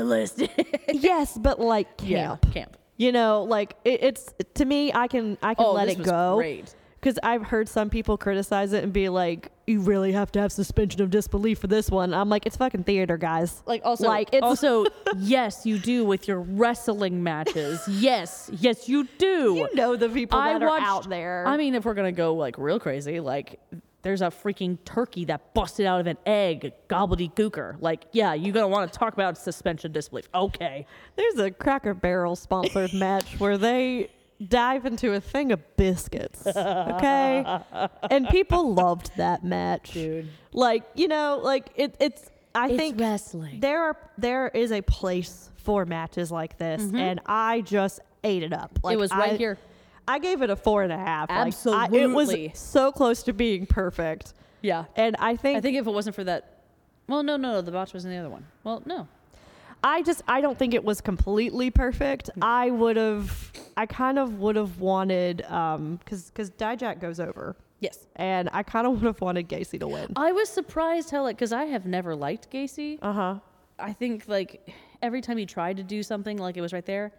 Unrealistic. yes, but like camp. Camp. You know, like it, it's to me, I can I can Oh, let this it was go. great. Because I've heard some people criticize it and be like, "You really have to have suspension of disbelief for this one." I'm like, "It's fucking theater, guys." Like also like it's <laughs> also yes, you do with your wrestling matches. Yes, yes, you do. you know the people that watched, are out there. I mean, if we're gonna go like real crazy, like there's a freaking turkey that busted out of an egg, gobbledygooker. Like, yeah, you're gonna want to talk about suspension disbelief. Okay, there's a Cracker Barrel sponsored match where they dive into a thing of biscuits. Okay, and people loved that match, Dude. Like you know, like it, it's. I think wrestling. there are there is a place for matches like this, and I just ate it up. Like, Mm-hmm. was right I- here. I gave it a four and a half. Like, I- it Absolutely. was so close to being perfect, yeah. and I think, I think if it wasn't for that, well, no, no, no, the botch was in the other one. Well, no, I just I don't think it was completely perfect. Mm-hmm. I would have I kind of would have wanted um because because Dijak goes over, yes, and I kind of would have wanted Gacy to <gasps> win. I was surprised how like because I have never liked Gacy. Uh huh. I think like every time he tried to do something, like it was right there.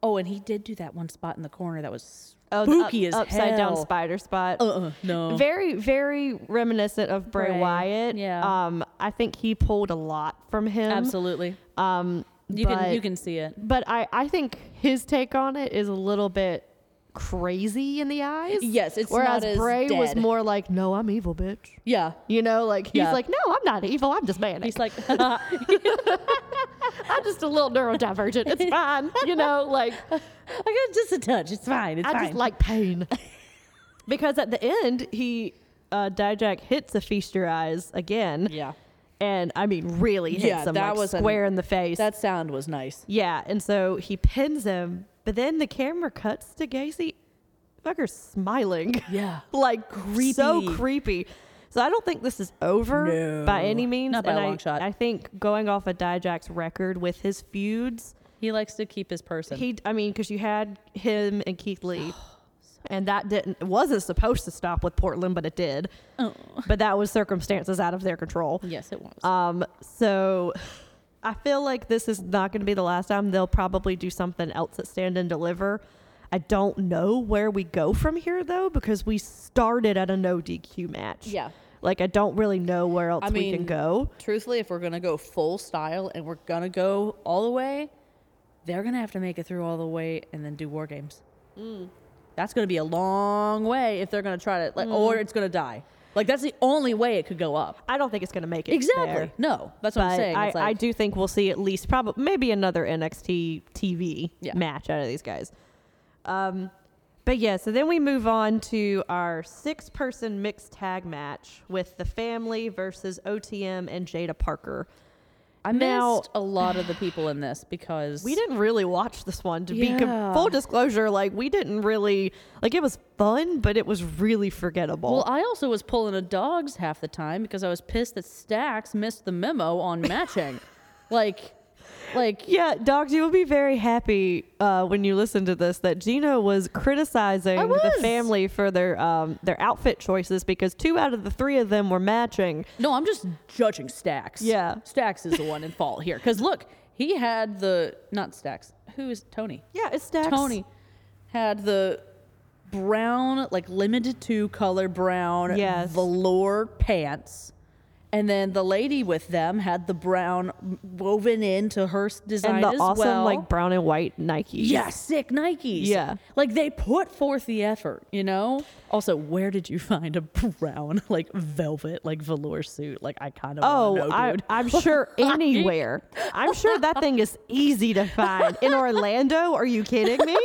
Oh, and he did do that one spot in the corner that was Oh, the up- spooky as upside hell. down spider spot. Uh-uh, no. Very, very reminiscent of Bray, Bray, Wyatt. yeah. Um, I think he pulled a lot from him. Absolutely. Um, You but- can you can see it. But I, I think his take on it is a little bit crazy in the eyes. Yes, it's Whereas not as Bray was dead. more like, no, I'm evil, bitch. Yeah. You know, like he's Yeah. like, no, I'm not evil. I'm just manic. He's like <laughs> I'm just a little neurodivergent. <laughs> It's fine. You know, like I got just a touch. It's fine. It's I fine. just like pain. <laughs> because at the end, he uh, Dijak hits a feast your eyes again. Yeah. and I mean really hits Yeah, him that like, was an- square in the face. That sound was nice. yeah, and so he pins him, but then the camera cuts to Gacy, fucker smiling. <laughs> Yeah. like so Creepy. creepy. So I don't think this is over No. by any means. Not by and a long I, shot. I think going off of Dijak's record with his feuds, He likes to keep his person. he I mean, because you had him and Keith Lee. Oh, And that didn't it wasn't supposed to stop with Portland, but it did. oh. But that was circumstances out of their control. Yes, it was. Um, so I feel like this is not going to be the last time. They'll probably do something else at Stand and Deliver. I don't know where we go from here though, because we started at a no DQ match. Yeah. Like I don't really know where else I we can mean- go. Truthfully, if we're gonna go full style and we're gonna go all the way, they're gonna have to make it through all the way and then do war games. Mm. That's gonna be a long way if they're gonna try to Mm. like, or it's gonna die. Like that's the only way it could go up. I don't think it's going to make it Exactly. there. No, that's what But I'm saying. I, It's like, I do think we'll see at least probably maybe another NXT TV Yeah. match out of these guys. Um, but yeah, so then we move on to our six person mixed tag match with the family versus OTM and Jada Parker. I Now- missed a lot of the people in this because We didn't really watch this one to be com- Yeah. full disclosure. Like we didn't really like it was fun, but it was really forgettable. Well, I also was pulling a dogs <laughs> half the time because I was pissed that Stacks missed the memo on matching. like like Yeah, dogs, you will be very happy uh, when you listen to this that Gina was criticizing I was. the family for their um, their outfit choices because two out of the three of them were matching. No, I'm just judging Stacks. Yeah. Stacks is the one in fault here. Because look, he had the not Stacks. Who is Tony? Yeah, it's stacks. Tony had the brown, like limited to color brown Yes. velour pants. And then the lady with them had the brown woven into her s- design and the as awesome well. like brown and white Nikes. yeah, sick Nikes. Yeah. Like they put forth the effort, you know? Also, where did you find a <laughs> brown, like velvet, like velour suit? Like I kind of Oh, know, I, dude. <laughs> I'm sure anywhere. I'm sure that thing is easy to find in Orlando. Are you kidding me?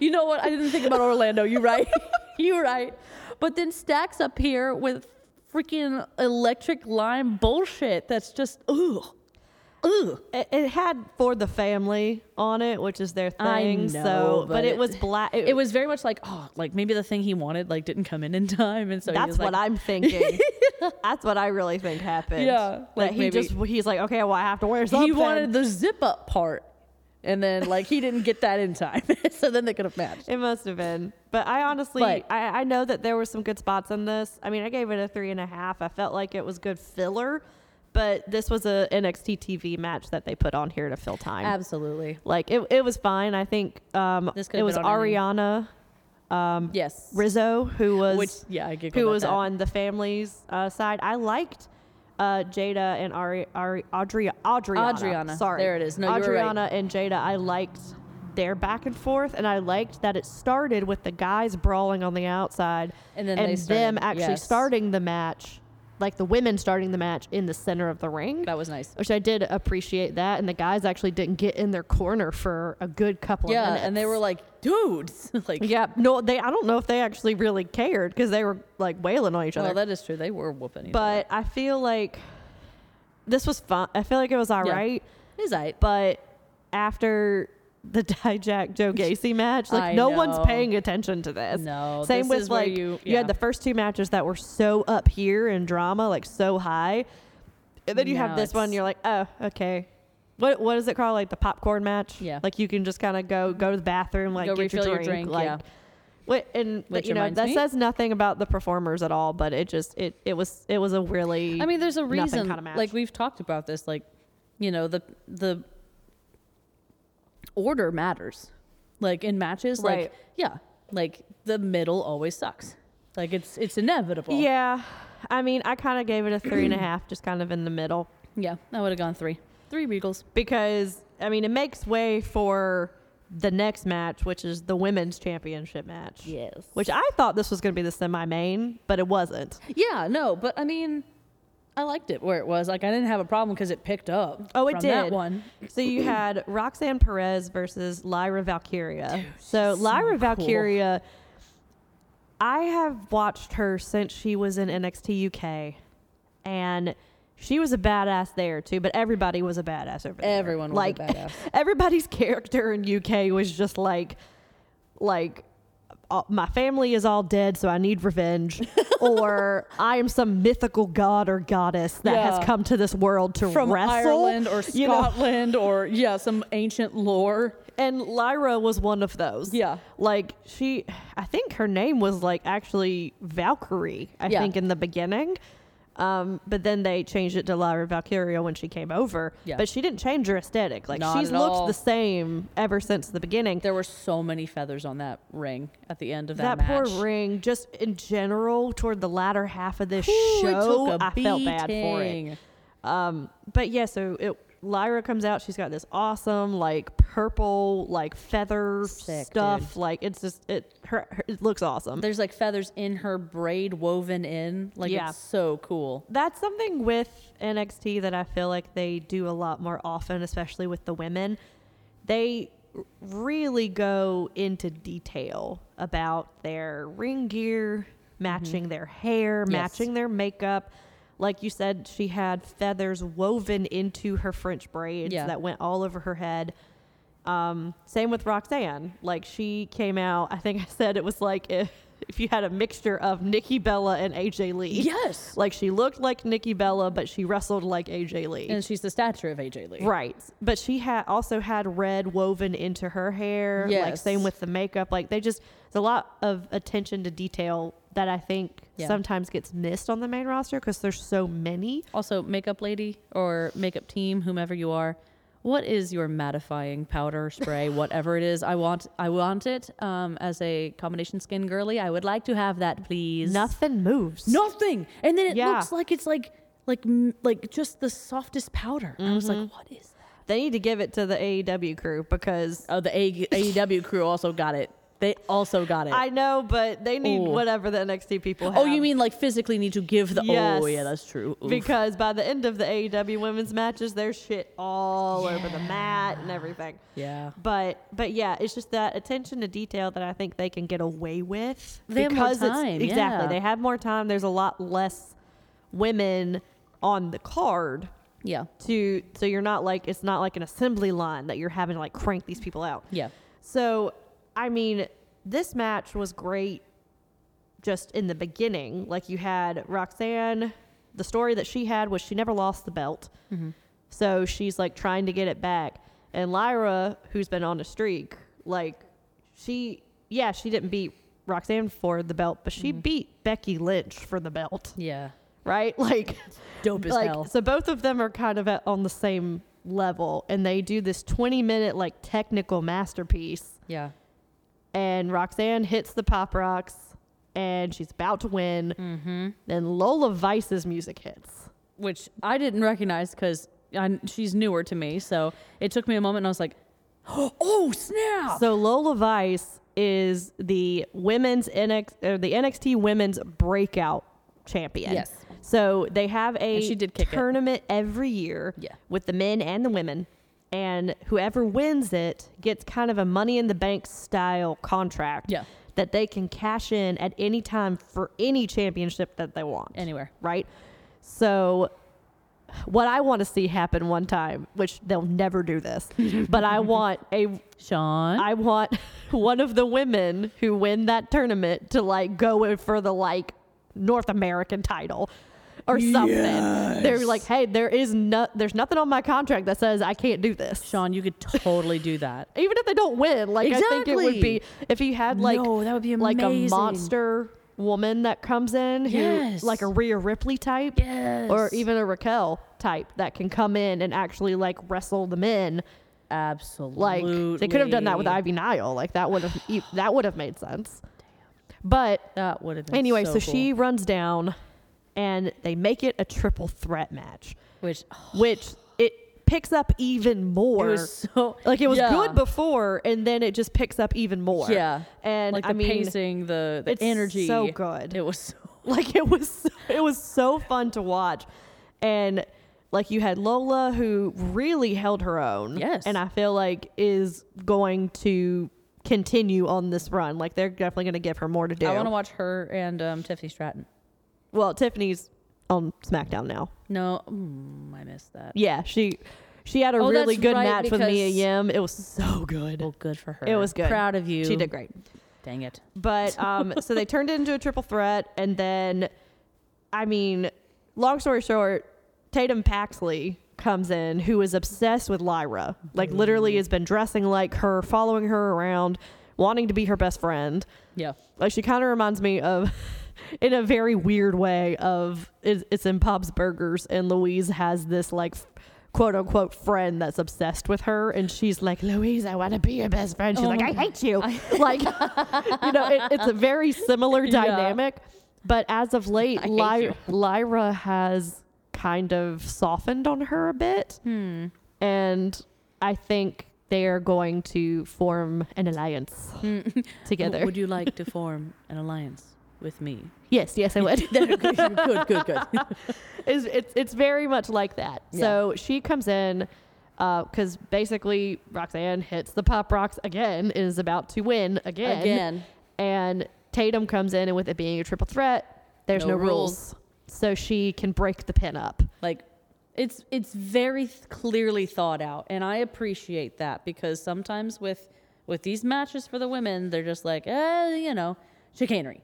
You know what? I didn't think about Orlando. You're right. <laughs> You're right. But then Stacks up here with freaking electric lime bullshit that's just, ooh, ooh. It, it had for the family on it, which is their thing. I know, so, but but it, it- was black. It was very much like, oh, like maybe the thing he wanted like didn't come in in time, and so he That's was like- what I'm <laughs> thinking. That's what I really think happened. Yeah, like like he maybe- just he's like, okay, well, I have to wear something. He wanted the zip up part, and then like he didn't get that in time, <laughs> so then they could have matched. It must have been. But I honestly, But- I, I know that there were some good spots in this. I mean, I gave it a three and a half. I felt like it was good filler, but this was a NXT TV match that they put on here to fill time. Absolutely. like it, it was fine. I think um, This could've it was been on any- Ariana Yes. Rizzo who was Which yeah, I giggled who at was that. on the family's uh, side. I liked uh, Jada and Ari, Ari Audrey Adriana. Adriana. Sorry, There it is. No, you were right. Adriana and Jada. I liked their back and forth, and I liked that it started with the guys brawling on the outside, And then they started- them actually yes. starting the match, like the women starting the match in the center of the ring. That was nice. which I did appreciate that, and the guys actually didn't get in their corner for a good couple of Yeah, minutes. and they were like, dudes, <laughs> like yeah, no, they. I don't know if they actually really cared because they were like wailing on each other. Well, that is true. They were whooping. each but I feel like this was fun. I feel like it was all right. Yeah. other. is I? But after the <laughs> Dijak Joe <laughs> Gacy match, like I no one's know. paying attention to this. No, same this with is where like you- yeah. had the first two matches that were so up here in drama, like so high, and then you Now have this one. it's- You're like, oh, okay. What what is it called? Like the popcorn match? Yeah. Like you can just kind of go go to the bathroom, like Go get refill your your drink, drink, like. yeah. Wait, and Which you know reminds that me- says nothing about the performers at all, but it just it it was it was a really I mean, there's a nothing reason. kinda match. Like we've talked about this. Like, you know, the the order matters. Like in matches, like Right. yeah, like the middle always sucks. Like it's it's inevitable. Yeah. I mean, I kind of gave it a three and a half, just kind of in the middle, yeah. I would have gone three, three regals. because, I mean, it makes way for the next match, which is the women's championship match. Yes. Which I thought this was going to be the semi main, but it wasn't. Yeah, no, but I mean, I liked it where it was. Like I didn't have a problem because it picked up. Oh, it from did. that one. So <laughs> you had Roxanne Perez versus Lyra Valkyria. so Lyra Valkyria, I have watched her since she was in NXT UK, and she was a badass there too. But everybody was a badass over there. Everyone was a like badass. everybody's <laughs> character in UK was just like, like. "Uh, My family is all dead, so I need <laughs> revenge, or I am some mythical god or goddess that Yeah. has come to this world to From wrestle Ireland or you know? Scotland or yeah, some ancient lore. and Lyra was one of those. Yeah. Like she I think her name was like actually Valkyrie, I Yeah. think in the beginning. Um, but then they changed it to Lyra Valkyria when she came over. Yeah. But she didn't change her aesthetic. Like Not she's at looked all. the same ever since the beginning. There were so many feathers on that ring at the end of that, that match. poor ring, just in general, toward the latter half of this Ooh, it show, took a I felt bad for it. beating. But yeah, so it, Lyra comes out. She's got this awesome like purple like feather Sick, stuff. Like it's just it her, her it looks awesome. There's like feathers in her braid woven in. Like Yeah. it's so cool. That's something with NXT that I feel like they do a lot more often, especially with the women. They r- really go into detail about their ring gear, Mm-hmm. matching their hair, matching their makeup. Like you said, she had feathers woven into her French braids Yeah. that went all over her head. Um, same with Roxanne. Like she came out, I think I said it was like if if you had a mixture of Nikki Bella and AJ Lee. Yes. Like she looked like Nikki Bella, but she wrestled like AJ Lee. And she's the stature of AJ Lee. Right. But she had also had red woven into her hair. Like Yes. same with the makeup. Like they just there's a lot of attention to detail that I think Yeah. sometimes gets missed on the main roster because there's so many. Also, makeup lady or makeup team, whomever you are, what is your mattifying powder <laughs> spray, whatever it is? I want, I want it um, as a combination skin girly. I would like to have that, please. Nothing moves. nothing. And then it Yeah. looks like it's like, like, m- like just the softest powder. I was like, what is that? They need to give it to the AEW crew because Oh, the A- AEW crew also got it. They also got it. I know, but they need Ooh. whatever the NXT people have. oh, you mean like physically need to give the? Yes. Oh, yeah, that's true. Oof. because by the end of the AEW women's matches, there's shit all over the mat and everything. yeah, But but yeah, it's just that attention to detail that I think they can get away with They have more it's- time, exactly yeah. they have more time. There's a lot less women on the card yeah, to so you're not like it's not like an assembly line that you're having to like crank these people out. yeah. So, I mean, this match was great just in the beginning. Like, you had Roxanne, the story that she had was she never lost the belt. So she's like trying to get it back. And Lyra, who's been on a streak, like, she, yeah, she didn't beat Roxanne for the belt, but she beat Becky Lynch for the belt, <laughs> Yeah. right? <laughs> Like, Dope as like hell. so both of them are kind of at, on the same level and they do this 20 minute like technical masterpiece Yeah. and Roxanne hits the pop rocks and she's about to win. Mm. Mm-hmm. Then Lola Vice's music hits. Which I didn't recognize because she's newer to me. So it took me a moment and I was like, <gasps> oh, snap. So Lola Vice is the women's NX or the NXT women's breakout champion. Yes. So they have a And she did kick it. tournament every year Yeah. with the men and the women. And whoever wins it gets kind of a money in the bank style contract Yeah. that they can cash in at any time for any championship that they want. Anywhere. Right? So what I want to see happen one time, which they'll never do <laughs> this, but I want a Sean. I want <laughs> one of the women who win that tournament to like go in for the like North American title or something. They're like, hey, there is no, there's nothing on my contract that says I can't do this. Sean, you could totally do that. Even if they don't win, like I think it would be Exactly. if he had like No, that would be like a amazing. monster woman that comes in who Yes. like a Rhea Ripley type or Yes. even a Raquel type that can come in and actually like wrestle them in Absolutely. like they could have done that with Ivy Nile. Like that would have e, that would have made sense. But That would have been anyway, so, so cool. she runs down, and they make it a triple threat match, Which which it picks up even more. it was so. <laughs> like it was yeah. good before, and then it just picks up even more. Yeah. and like I the mean, pacing, the, the it's energy. so good. It <laughs> was so. like it was it was so fun to watch and like you had Lola who really held her own Yes. and I feel like is going to continue on this run like they're definitely going to give her more to do I want to watch her and um, Tiffany Stratton. well Tiffany's on SmackDown now No, mm, I missed that. yeah she she had a Oh, really that's good right, match with Mia because- Yim it was so good Well, good for her. it was good Proud of you. she did great Dang it. But um, so they turned it into a triple threat, and then, I mean, long story short, Tatum Paxley comes in, who is obsessed with Lyra. Like, literally, has been dressing like her, following her around, wanting to be her best friend. Yeah. Like, she kind of reminds me of, <laughs> in a very weird way, of it's, it's in Pop's Burgers, and Louise has this like. Quote unquote friend that's obsessed with her, and she's like, Louise, I want to be your best friend. She's Oh like, my I hate you. <laughs> like, you know, it, it's a very similar <laughs> Yeah. dynamic. But as of late, <laughs> I hate Ly- you. Lyra has kind of softened on her a bit. Hmm. And I think they are going to form an alliance Hmm. <laughs> together. Would you like <laughs> to form an alliance with me? yes, yes, I would. <laughs> good, good, good. good. <laughs> it's, it's, it's very much like that. So she comes in because basically Roxanne hits the pop rocks again, is about to win again. <laughs> Again. And Tatum comes in, and with it being a triple threat, there's no, No rules. So she can break the pin up. <laughs> Like, it's it's very th- clearly thought out, and I appreciate that because sometimes with with these matches for the women, they're just like, eh, you know, chicanery.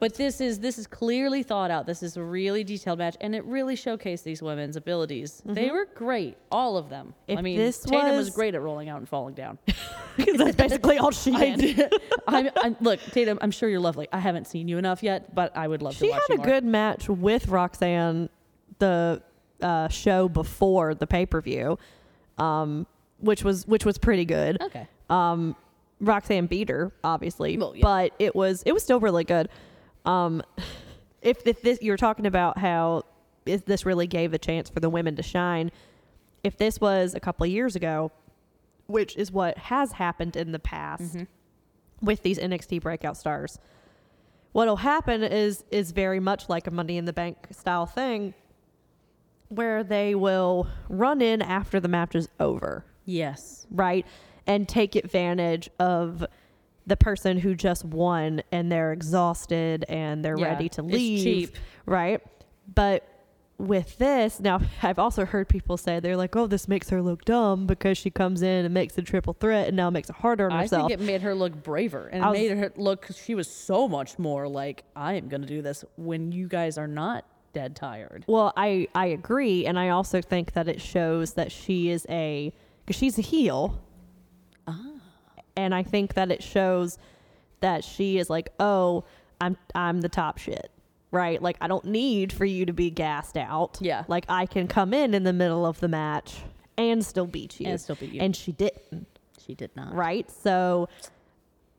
But this is this is clearly thought out. This is a really detailed match, and it really showcased these women's abilities. They were great, all of them. If I mean, this Tatum Mm-hmm. was... was- great at rolling out and falling down. <laughs> that's basically all she <laughs> I did. did. I'm, I'm, look, Tatum, I'm sure you're lovely. I haven't seen you enough yet, but I would love She to watch had you a more. good match with Roxanne, the uh, show before the pay per view, um, which was which was pretty good. Okay. Roxanne beat her, obviously, Well, yeah. but it was it was still really good. Um, if, if this you're talking about how if this really gave a chance for the women to shine, if this was a couple of years ago, which is what has happened in the past Mm-hmm. with these NXT breakout stars, what'll happen is is very much like a Money in the Bank style thing, where they will run in after the match is over Yes. right? And take advantage of the person who just won and they're exhausted and they're Yeah, ready to it's leave, cheap. right? But with this, now <laughs> I've also heard people say they're like, "Oh, this makes her look dumb because she comes in and makes a triple threat and now makes it harder on I herself." think it made her look braver and I it was- made her look she was so much more like I am going to do this when you guys are not dead tired. Well, I I agree, and I also think that it shows that she is a because she's a heel, Ah. and I think that it shows that she is like, oh, I'm I'm the top shit, right? Like I don't need for you to be gassed out. Yeah. like I can come in in the middle of the match and still beat you, And still beat you. and she didn't, She did not. right? So,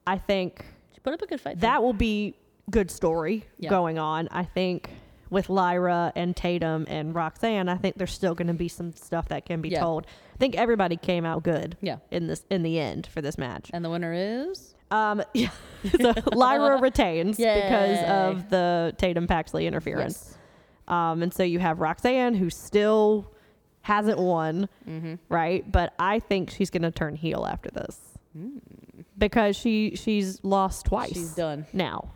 I think She put up a good fight. though. that will be good story Yeah. going on. I think with Lyra and Tatum and Roxanne, I think there's still going to be some stuff that can be Yeah. told. I think everybody came out good. Yeah. In this, in the end, for this match, and the winner is um, <laughs> <laughs> yeah. so Lyra retains because Yay. of the Tatum Paxley interference. Yes. Um, and so you have Roxanne who still hasn't won, Mm-hmm. right? But I think she's going to turn heel after this because she she's lost twice. Mm. She's done. now.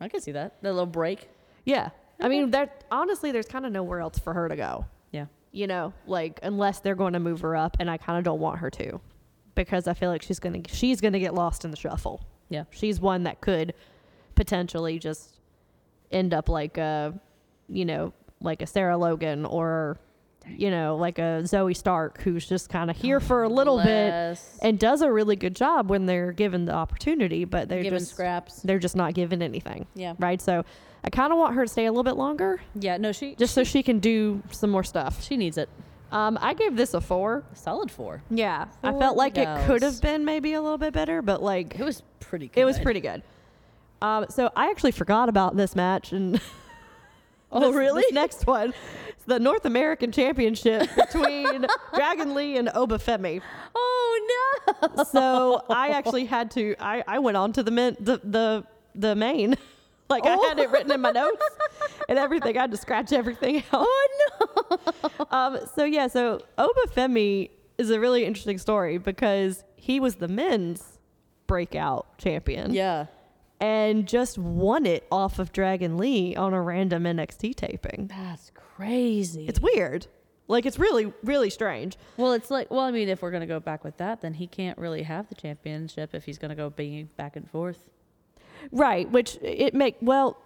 I can see that. That little break. Yeah. I mean, that honestly, there's kind of nowhere else for her to go. Yeah. You know, like unless they're going to move her up, and I kind of don't want her to, because I feel like she's gonna she's gonna get lost in the shuffle. Yeah. She's one that could potentially just end up like a, you know, like a Sarah Logan or, you know, like a Zoe Stark who's just kind of here for a little Bless. bit and does a really good job when they're given the opportunity, but they're Given just scraps. they're just not given anything. Yeah. Right. So I kind of want her to stay a little bit longer Yeah, no she just so she can do some more stuff. she needs it. Um, I gave this a four. Solid 4. Yeah. I Four felt like it does. could have been maybe a little bit better, but like It was pretty good. it was pretty good. Um, so I actually forgot about this match and <laughs> Oh, this- really? this next one, it's the North American <laughs> Championship between Dragon Lee and Obafemi. Oh no. So I actually had to. I, I went on to the min, the the the main, <laughs> like I had it written in my notes and everything. I had to scratch everything <laughs> out. Oh no. um. So yeah. So Obafemi is a really interesting story because he was the men's breakout champion Yeah. and just won it off of Dragon Lee on a random NXT taping. That's crazy. It's weird. Like it's really really strange. Well, it's like, well, I mean, if we're going to go back with that, then he can't really have the championship if he's going to go being back and forth. Right, which it make well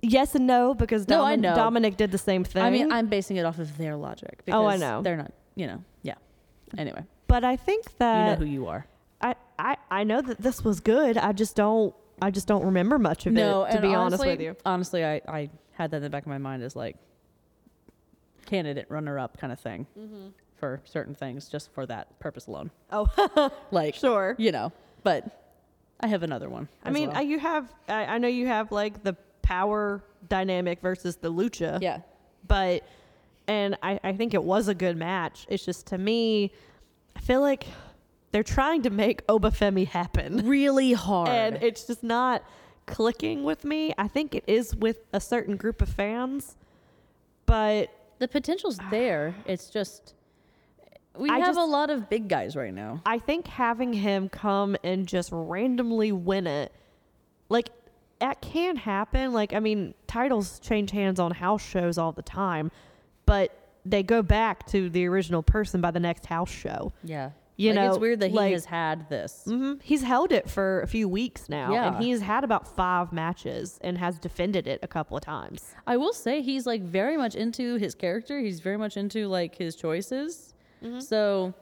yes and no because No, I Domin- know. Dominic did the same thing. I mean, I'm basing it off of their logic. Because Oh, I know. They're not, you know, yeah. Anyway, but I think you know that who you are. I, I I know that this was good. I just don't I just don't remember much of No, it to and be honestly, honest with you. Honestly, I, I had that in the back of my mind as like candidate runner up kind of thing Mm-hmm. for certain things just for that purpose alone. Oh, <laughs> Like, sure. <laughs> you know, but I have another one. I as mean, well. I, you have I, I know you have like the power dynamic versus the lucha. yeah. but and I, I think it was a good match. It's just to me, I feel like they're trying to make Obafemi happen, <laughs> Really hard. and it's just not clicking with me. I think it is with a certain group of fans, but the potential's there. It's just we I have a just- lot of big guys right now. I think having him come and just randomly win it, like that can happen. Like I mean, titles change hands on house shows all the time, but they go back to the original person by the next house show. Yeah. You like, know, it's weird that he like, has had this. Mhm. He's held it for a few weeks now, Yeah. and he's had about five matches and has defended it a couple of times. I will say he's like very much into his character. He's very much into like his choices. So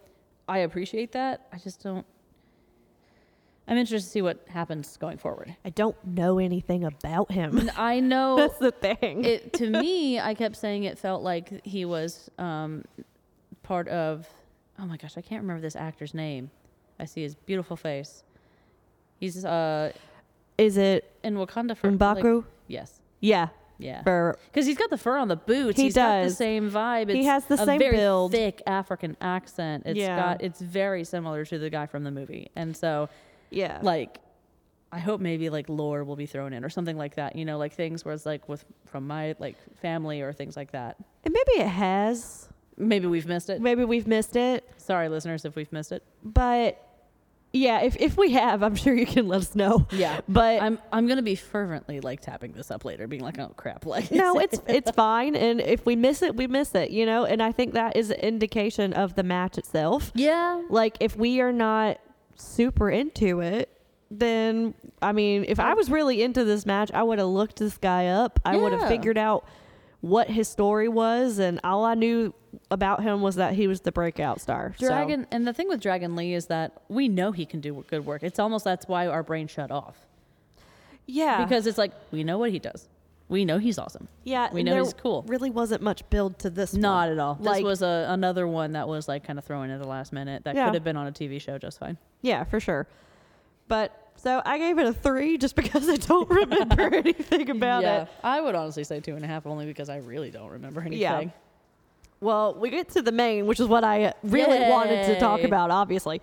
I appreciate that. I just don't. I'm interested to see what happens going <laughs> forward. I don't know anything about him. I know <laughs> That's the thing. it to me. I kept saying it felt like he was um, part of. Oh my gosh, I can't remember this actor's name. I see his beautiful face. He's uh, Is it? in Wakanda for like- M'Baku? yes, Yeah. yeah. For Because he's got the fur on the boots. He has got the does. same vibe. It's He has the a same very build. thick African accent. It's Yeah. got it's very similar to the guy from the movie. And so yeah. like I hope maybe like lore will be thrown in or something like that, you know, like things where it's like with from my like family or things like that. and maybe it has. Maybe we've missed it. Maybe we've missed it, Sorry listeners if we've missed it. but yeah, if if we have, I'm sure you can let us know. Yeah. But I'm I'm going to be fervently like tapping this up later being like oh crap <laughs> like no, it's it's fine, and if we miss it, we miss it. You know, and I think that is an indication of the match itself. yeah. like if we are not super into it then i mean if i was really into this match i would have looked this guy up i would Yeah. have figured out what his story was and all i knew about him was that he was the breakout star So- Dragon, and the thing with Dragon Lee is that we know he can do good work. It's almost that's why our brain shut off yeah because it's like we know what he does. We know he's awesome. yeah we and know there he's cool. really wasn't much build to this Not one. at all. like this was a, another one that was like kind of thrown in at the last minute. That Yeah. could have been on a TV show just fine. yeah for sure but so i gave it a three just <laughs> because i don't remember <laughs> anything about it I would honestly say two and a half only because I really don't remember anything. Yeah. Well, we get to the main, which is what I really wanted to talk Yay. about, obviously.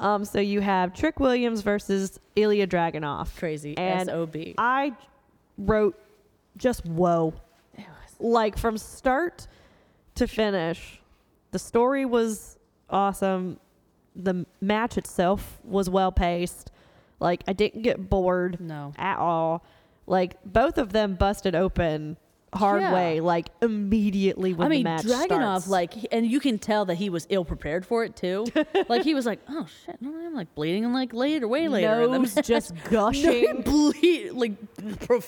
Um, so you have Trick Williams versus Ilya Dragunov. Crazy. And SOB. I wrote just whoa. Like from start to finish, the story was awesome. The m- match itself was well paced. Like I didn't get bored No. at all. Like both of them busted open hard Yeah. way, like immediately when I mean, the match Dragonov, starts. like, he- and you can tell that he was ill prepared for it <laughs> too. like, he was like, "Oh shit, no, I'm like bleeding and like later, way later." in the <laughs> nose match. just No, he gushing. bleed like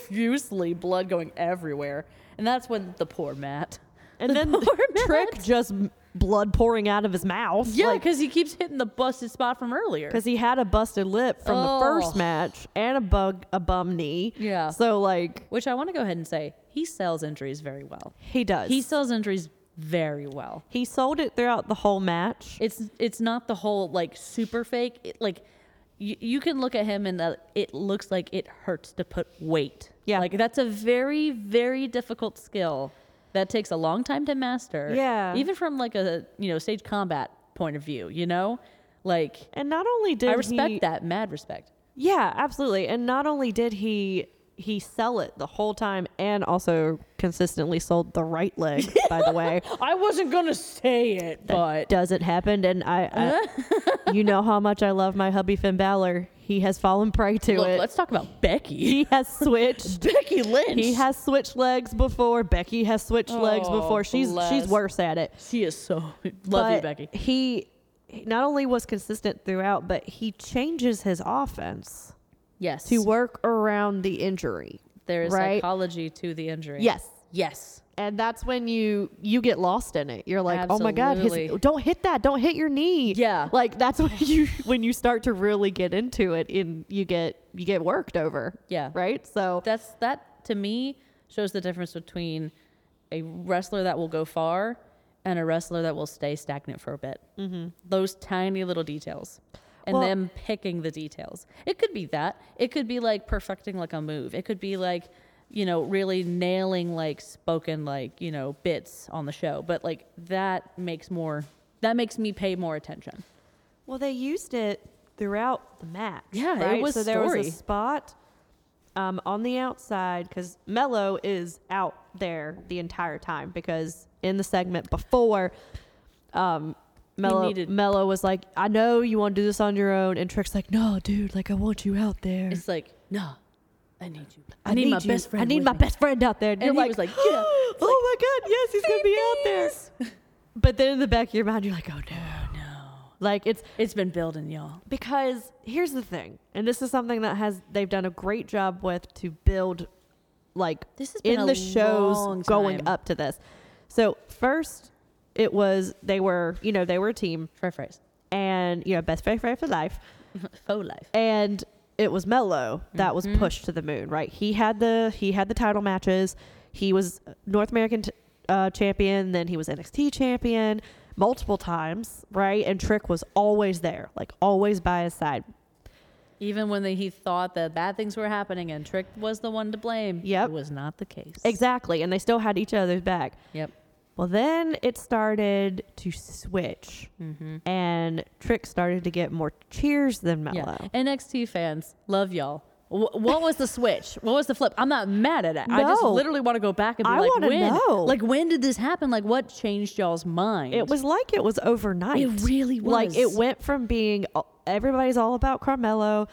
profusely, blood going everywhere, and that's when the poor Matt. and then poor Trick Matt. just blood pouring out of his mouth. Yeah, like, because he keeps hitting the busted spot from earlier. because he had a busted lip from Oh. the first match and a bug a bum knee. Yeah. So like Which I want to go ahead and say, he sells injuries very well. he does. He sells injuries very well. he sold it throughout the whole match. It's it's not the whole like super fake. It, like you, you can look at him and uh, it looks like it hurts to put weight. Yeah. like that's a very very difficult skill that takes a long time to master. Yeah. even from like a you know stage combat point of view. You know, like and not only did I respect he, that mad respect. Yeah, absolutely. And not only did he he sell it the whole time and also consistently sold the right leg, by the <laughs> way. I wasn't gonna say it, but Doesn't happen and I, <laughs> I you know how much I love my hubby Finn Balor. He has fallen prey to look, it. let's talk about <laughs> Becky. he has switched <laughs> Becky Lynch. He has switched legs before. Becky has switched legs Oh, before. She's bless. she's worse at it. She is so love you, But Becky. He he not only was consistent throughout, but he changes his offense Yes, to work around the injury. there is right? psychology to the injury. Yes. yes. And that's when you you get lost in it. You're like, oh my god, his, Absolutely. don't hit that, don't hit your knee. Yeah. like that's when you <laughs> when you start to really get into it, and you get you get worked over. Yeah. right. So That's that to me shows the difference between a wrestler that will go far and a wrestler that will stay stagnant for a bit. Mm-hmm. Those tiny little details. And Well- them picking the details. It could be that. It could be like perfecting like a move. It could be like, you know, really nailing like spoken like, you know, bits on the show. But like that makes more that makes me pay more attention. Well, they used it throughout the match. Yeah, it right? was so there was story. a spot um, on the outside because Mello is out there the entire time because in the segment before, um, Mello, needed- Mello was like, "I know you want to do this on your own," and Trick's like, "No, dude, like I want you out there. It's like, no, I need you. I, I, need, my you. best friend. I need with my me." best friend out there." And he <gasps> was like, <gasps> "Yeah." It's oh my god, yes, he's gonna be out there." But then in the back of your mind, you're like, "Oh no, No. Like it's It's been building, y'all. because here's the thing, and this is something that has they've done a great job with to build like This has been in a the shows long time. going up to this. So first it was they were, you know, they were a team Fair phrase. and you know, best friend friend for life. <laughs> Faux life. and it was Mello that Mm-hmm. was pushed to the moon, right? He had the he had the title matches. He was North American t- uh, champion, then he was NXT champion multiple times, right? And Trick was always there, like always by his side. Even when they, he thought that bad things were happening and Trick was the one to blame, Yep. it was not the case. Exactly, and they still had each other's back. Yep. Well, then it started to switch, and Trick started to get more cheers than Mello. Yeah. NXT fans, love y'all. Wh- What was the switch? What was the flip? I'm not mad at it. I just No. literally want to go back and be I like, wanna when? know. Like, when did this happen? Like, what changed y'all's mind? It was like it was overnight. It really Like it was. went from being everybody's all about Carmelo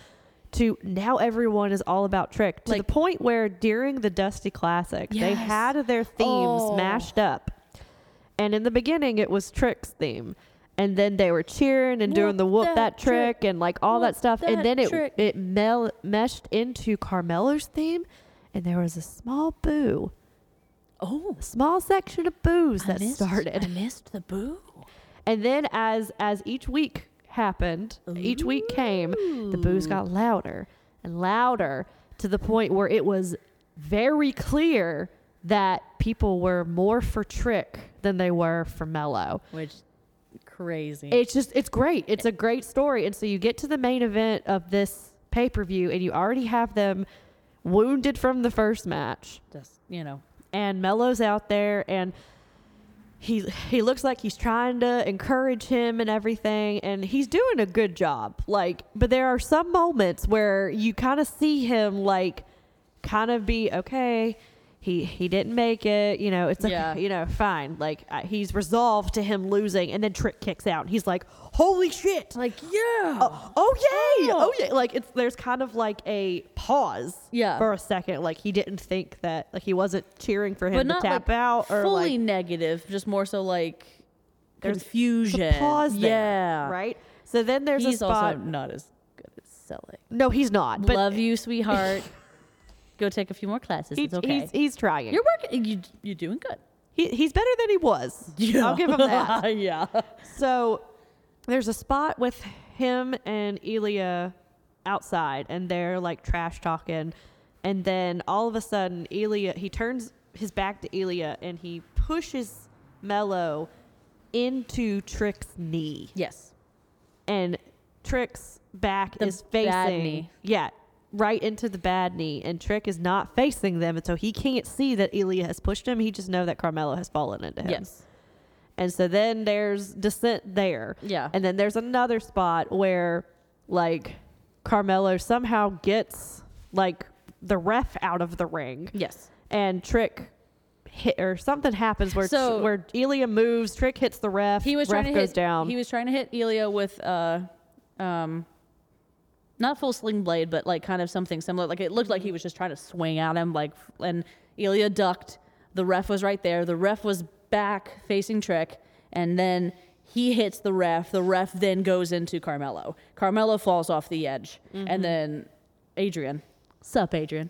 to now everyone is all about Trick to Like- the point where during the Dusty Classic, they Yes. had their themes Oh. mashed up. And in the beginning, it was Trick's theme. And then they were cheering and doing Whoop the whoop that that, trick, trick. and like all Whoop that stuff. that and then it trick. it mel- meshed into Carmelo's theme, and there was a small boo, oh, a small section of boos I that missed, started. I missed the boo. And then as as each week happened, each week came, the booze got louder and louder to the point where it was very clear that people were more for Trick than they were for Mello. Which crazy. It's just it's great. It's a great story. And so you get to the main event of this pay-per-view and you already have them wounded from the first match just you know, and Mello's out there and he he looks like he's trying to encourage him and everything and he's doing a good job like but there are some moments where you kind of see him like kind of be okay he he didn't make it you know it's okay, Yeah. you know fine like uh, he's resolved to him losing and then trick kicks out and he's like holy shit like yeah. oh, oh Ah. yay oh yeah like it's there's kind of like a pause Yeah. for a second like he didn't think that like he wasn't cheering for him but to not tap like, out or fully like negative, just more so like There's a confusion. the pause there, yeah, right so then there's He's a spot also not as good at selling. no he's not but Love you, sweetheart. <laughs> Go take a few more classes. he- it's okay. he's, he's trying you're working. You, you're doing <laughs> good. he, he's better than he was i'll give him that <laughs> yeah. So there's a spot with him and Elia outside, and they're like trash talking. And then all of a sudden, Elia he turns his back to Elia and he pushes Mello into Trick's knee, Yes. and Trick's back The is bad facing knee. yeah right into the bad knee, and Trick is not facing them, and so he can't see that Elia has pushed him. He just know that Carmelo has fallen into him. Yes. And so then there's dissent there. Yeah. And then there's another spot where like Carmelo somehow gets like the ref out of the ring Yes. and Trick hit or something happens where So- where Elia moves, Trick hits the ref, He was ref trying to goes hit. down. He was trying to hit Elia with uh, um, not full sling blade, but like kind of something similar. Like it looked like he was just trying to swing at him. Like and Elia ducked. The ref was right there. The ref was back facing Trick, and then he hits the ref. The ref then goes into Carmelo. Carmelo falls off the edge, and then Adrian. Sup, Adrian.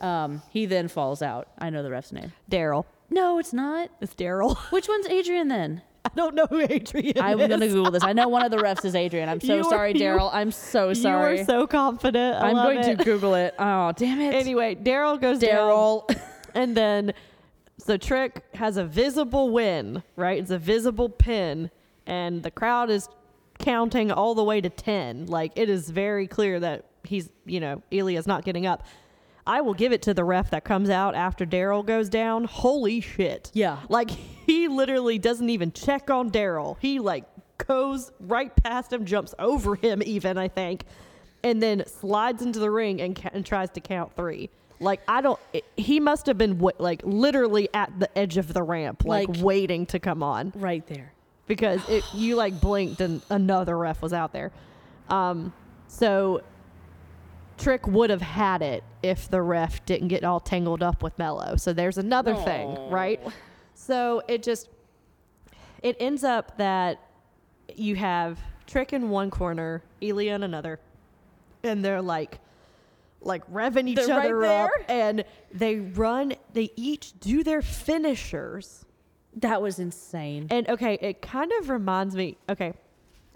Um, he then falls out. I know the ref's name. Daryl. No, it's not. It's Daryl. Which one's Adrian then? I don't know who Adrian I'm is. <laughs> gonna Google this. I know one of the refs is Adrian. I'm so You are- sorry, you- Daryl. I'm so sorry. You are so confident. I I'm love going it. <laughs> to Google it. Oh, damn it. Anyway, Daryl goes Daryl. down. and then so Trick has a visible win, right? It's a visible pin, and the crowd is counting all the way to 10. Like it is very clear that he's, you know, Elia's not getting up. I will give it to the ref that comes out after Daryl goes down. Holy shit. Yeah. Like he literally doesn't even check on Daryl. He like goes right past him, jumps over him even, I think, and then slides into the ring and, ca- and tries to count 3. Like I don't it- he must have been wa- like literally at the edge of the ramp, like, Like- waiting to come on <laughs> Right there. because it you like blinked and another ref was out there. Um so Trick would have had it if the ref didn't get all tangled up with Mello. So there's another thing, right? So it just it ends up that you have Trick in one corner, Elia in another, and they're like, like revving each They're right other up, there. and they run. They each do their finishers, That was insane. and okay, it kind of reminds me. Okay,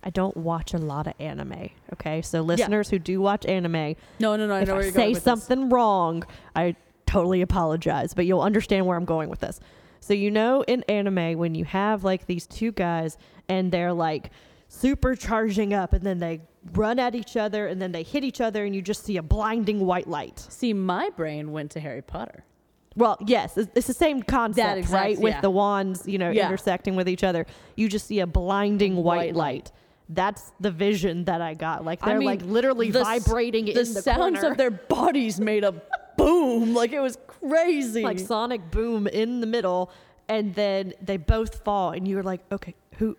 I don't watch a lot of anime. Okay, so listeners who do watch anime, No, no, no. I if know I where you're say going with this. something wrong, I totally apologize, but you'll understand where I'm going with this. So you know in anime when you have like these two guys and they're like supercharging up and then they run at each other and then they hit each other and you just see a blinding white light. See, my brain went to Harry Potter. Well, yes, it's, it's the same concept, exact- right? With yeah. the wands, you know, Yeah. intersecting with each other. You just see a blinding white, White light. That's the vision that I got. Like I they're mean, like literally the s- vibrating The in the sounds corner. of their bodies made a boom. Like it was <laughs> crazy. like sonic boom in the middle and then they both fall and you're like okay who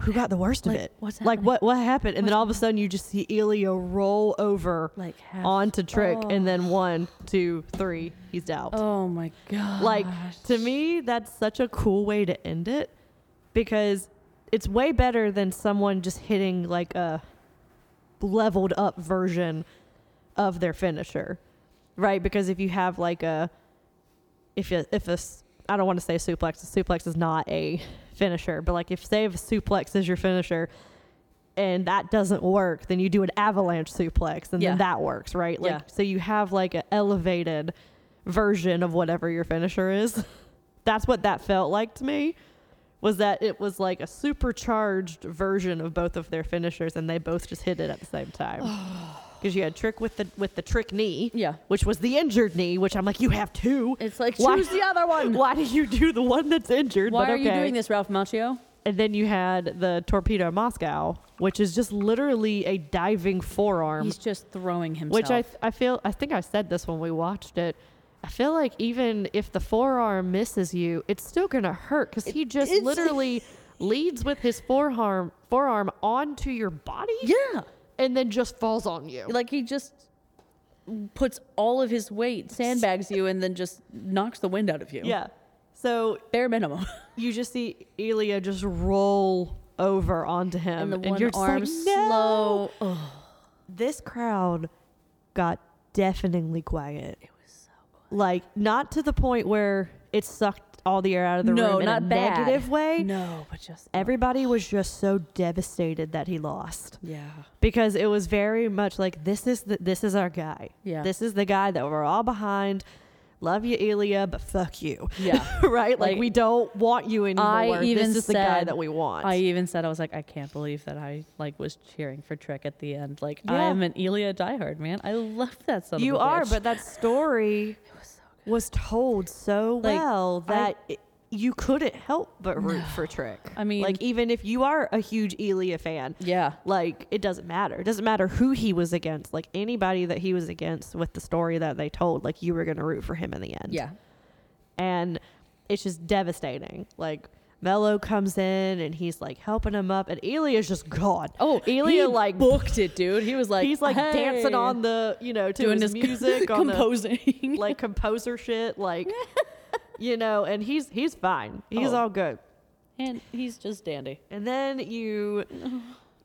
who got the worst Like, of it what's like happening? what what happened and then all of a sudden you just see Ilya roll over Like half- onto trick oh. and then one two three he's out oh my god. like to me that's such a cool way to end it because it's way better than someone just hitting like a leveled up version of their finisher right because if you have like a if you if a s- I don't want to say suplex a suplex is not a finisher but like if say if a suplex is your finisher and that doesn't work then you do an avalanche suplex and Yeah. then that works right like Yeah. so you have like an elevated version of whatever your finisher is <laughs> that's what that felt like to me was that it was like a supercharged version of both of their finishers and they both just hit it at the same <sighs> time because you had trick with the with the trick knee Yeah. which was the injured knee which i'm like you have two It's like, Why- choose <laughs> the other one. why did you do the one that's injured Why but are you okay. doing this, Ralph Macchio? and then you had the torpedo moscow which is just literally a diving forearm He's just throwing himself. which I, I feel I think I said this when we watched it. I feel like even if the forearm misses you, it's still gonna hurt because he just it's- literally leads with his forearm forearm onto your body, yeah. and then just falls on you. Like he just puts all of his weight, sandbags you, and then just knocks the wind out of you. yeah. So Bare minimum. you just see Elia just roll over onto him, and the and, one you're just arm like, no. slow. Ugh. This crowd got deafeningly quiet. It was so quiet. Like not to the point where it sucked all the air out of the no, room not in a bad. negative way. No, but just everybody was just so devastated that he lost Yeah. because it was very much like this is the, this is our guy. Yeah. This is the guy that we're all behind. Love you, Elia, but fuck you. Yeah. <laughs> right? Like, Like, we don't want you anymore. I even this is said the guy that we want. I even said I was like, I can't believe that I like was cheering for Trick at the end. Like Yeah. I'm an Elia diehard man. I love that song. you are, but that <sighs> story was told so well that it, you couldn't help but root for Trick. I mean- like even if you are a huge Elia fan, yeah, like it doesn't matter it doesn't matter who he was against like anybody that he was against with the story that they told like you were going to root for him in the end yeah, and it's just devastating like Mello comes in and he's like helping him up and Elia's just gone Oh, Elia he like booked it, dude. He was like, he's like dancing "Hey," on the you know to doing his, his <laughs> music on the- composing. <laughs> like composer shit <laughs> like you know and he's he's fine he's Oh. all good and he's just dandy. and then you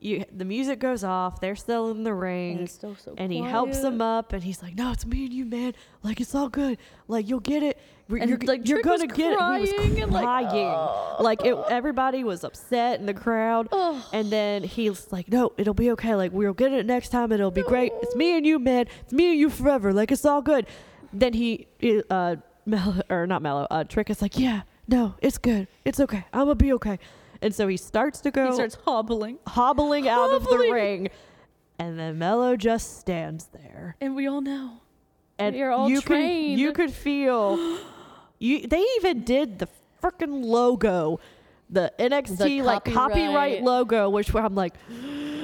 you the music goes off they're still in the ring And it's still so and he helps quiet. them up and he's like no it's me and you man like it's all good like you'll get it We're- And, you're, like, you're Trick was gonna get it he crying was and, like, uh, crying like, it, everybody was upset in the crowd Ugh. and then he's like no it'll be okay like we'll get it next time it'll be great it's me and you man it's me and you forever like it's all good then he uh Mel- <laughs> or not mellow uh trick is like yeah no it's good it's okay i'm gonna be okay and so he starts to go He starts hobbling, hobbling out of the Hobbling. ring. And then Mello just stands there. and we all know. And We are all you trained. Could, you could <gasps> feel you they even did the freaking logo. The NXT like copyright copyright. logo, which where I'm like, <gasps>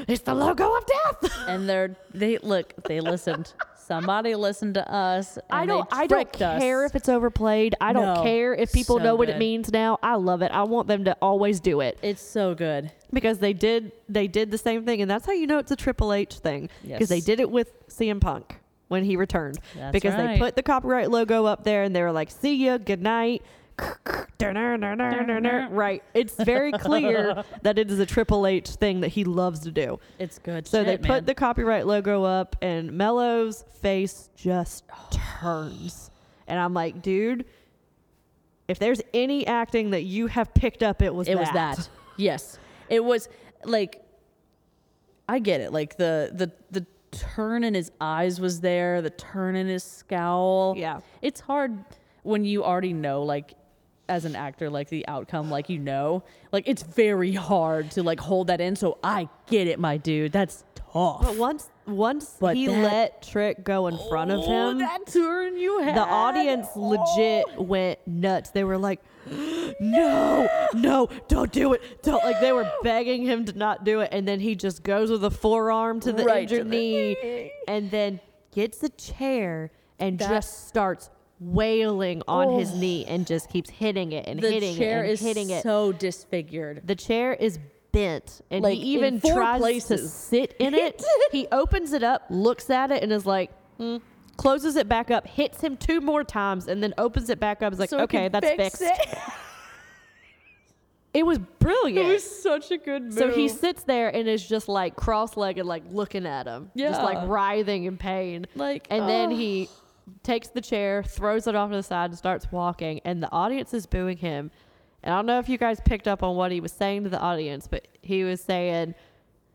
it's the logo of death. <laughs> And they're they look. They listened. Somebody listened to us. And I don't. They I don't tricked us. care if it's overplayed. I don't No. care if people So know what it good. means now. I love it. I want them to always do it. it's so good. because they did they did the same thing, and that's how you know it's a Triple H thing because they Yes. did it with CM Punk when he returned That's because they right. put the copyright logo up there and they were like, "See ya, good night." <laughs> right. It's very <laughs> clear that it is a Triple H thing that he loves to do. It's good. So they shit, put man. the copyright logo up, and Mello's face just turns. And I'm like, dude, if there's any acting that you have picked up, it was it that. was that. Yes, it was like I get it. Like the the the turn in his eyes was there. The turn in his scowl. Yeah. it's hard when you already know like as an actor like the outcome like you know like it's very hard to like hold that in so i get it my dude that's tough But once once But he that- let Trick go in front of Oh, him, that turn you had Oh. the audience legit went nuts. They were like, <gasps> "No, no, don't do it!" Don't like they were begging him to not do it, and then he just goes with a forearm to the Right to injured the- knee, and then gets a chair and That- just starts wailing on his knee and just keeps hitting it and the hitting chair it and is hitting it. so disfigured The chair is bent, and Like, in he even four tries to places. sit in it. he opens it up, looks at it, and is like, hmm, closes it back up, hits him two more times, and then opens it back up. Is like, So he okay, could that's fix fixed. it. It was brilliant. it was such a good move so he sits there and is just like cross-legged, like looking at him, just Yeah. like writhing in pain. Like, and then oh. he takes the chair, throws it off to the side, and starts walking. And the audience is booing him. And I don't know if you guys picked up on what he was saying to the audience, but he was saying,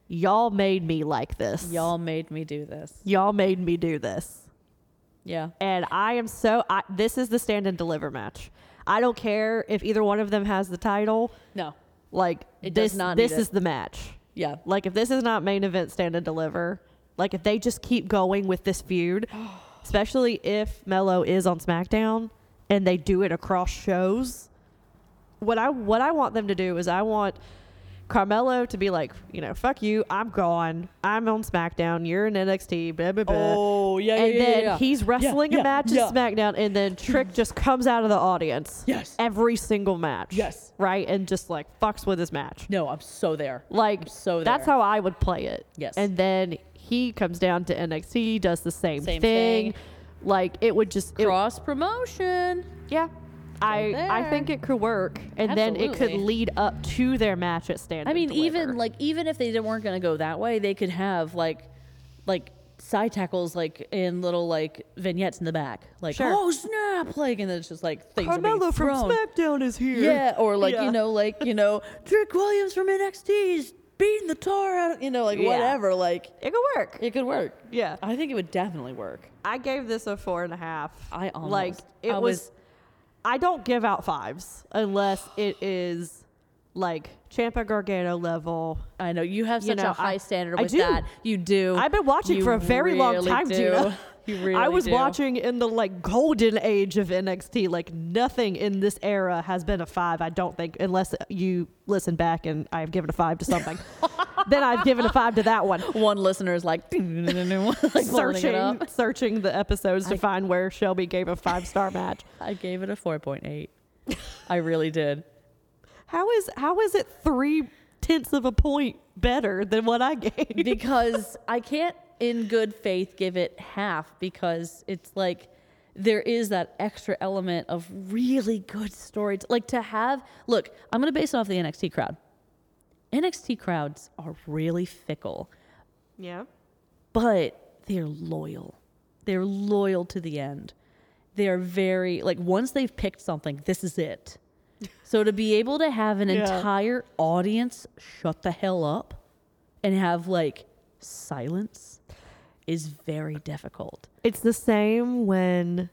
"Y'all made me like this. Y'all made me do this. y'all made me do this." Yeah. and I am so. I, this is the stand and deliver match. I don't care if either one of them has the title. No. Like It does this, not need this it. is the match. Yeah. Like if this is not main event stand and deliver, like if they just keep going with this <gasps> feud, especially if Mello is on SmackDown and they do it across shows. What I what I want them to do is I want Carmelo to be like, you know, fuck you, I'm gone. I'm on SmackDown, you're in NXT, blah blah blah. Oh, yeah, And yeah, yeah, then yeah. he's wrestling Yeah, a match yeah, at SmackDown and then Trick just comes out of the audience. Yes. Every single match. Yes. Right? And just like fucks with his match. No, I'm so there. Like I'm so that's there. how I would play it. Yes. And then he comes down to NXT, does the same, Same thing. thing. Like it would just it, cross promotion. yeah. I I there. think it could work, and then it could Absolutely. lead up to their match at Stand. I mean, and Deliver. even like even if they didn't, weren't gonna go that way, they could have like like side tackles like in little like vignettes in the back, like Sure. oh snap, like and then it's just like things are being Carmelo from thrown. SmackDown is here. Yeah, or like Yeah. you know, like you <laughs> know, Trick Williams from NXT is beating the tar out, of, you know, like Yeah. whatever, like it could work. it could work. Yeah. I think it would definitely work. I gave this a four and a half. I almost- like it I was, was- I don't give out fives unless it is like Champa Gargano level. I know you have You such know, a high I- standard I with do. that. You do. I've been watching You for a very long really time, do. Gina. <laughs> You really. I was do. watching in the like golden age of NXT. Like nothing in this era has been a five. I don't think, unless you listen back and I have given a five to <laughs> something. then I've given a five to that one. One listener is like, <laughs> like holding <laughs> it searching, up. searching the episodes to I- find where Shelby gave a five star match. I gave it a four point eight. I <laughs> really did. How is how is it three tenths of a point better than what I gave? because I can't, in good faith, give it half because it's like there is that extra element of really good story. Like to have, look, I'm going to base it off the NXT crowd. NXT crowds are really fickle, yeah. but they're loyal. They're loyal to the end. They're very, like, once they've picked something, this is <laughs> it. So to be able to have an Yeah. entire audience shut the hell up and have like silence is very difficult. It's the same when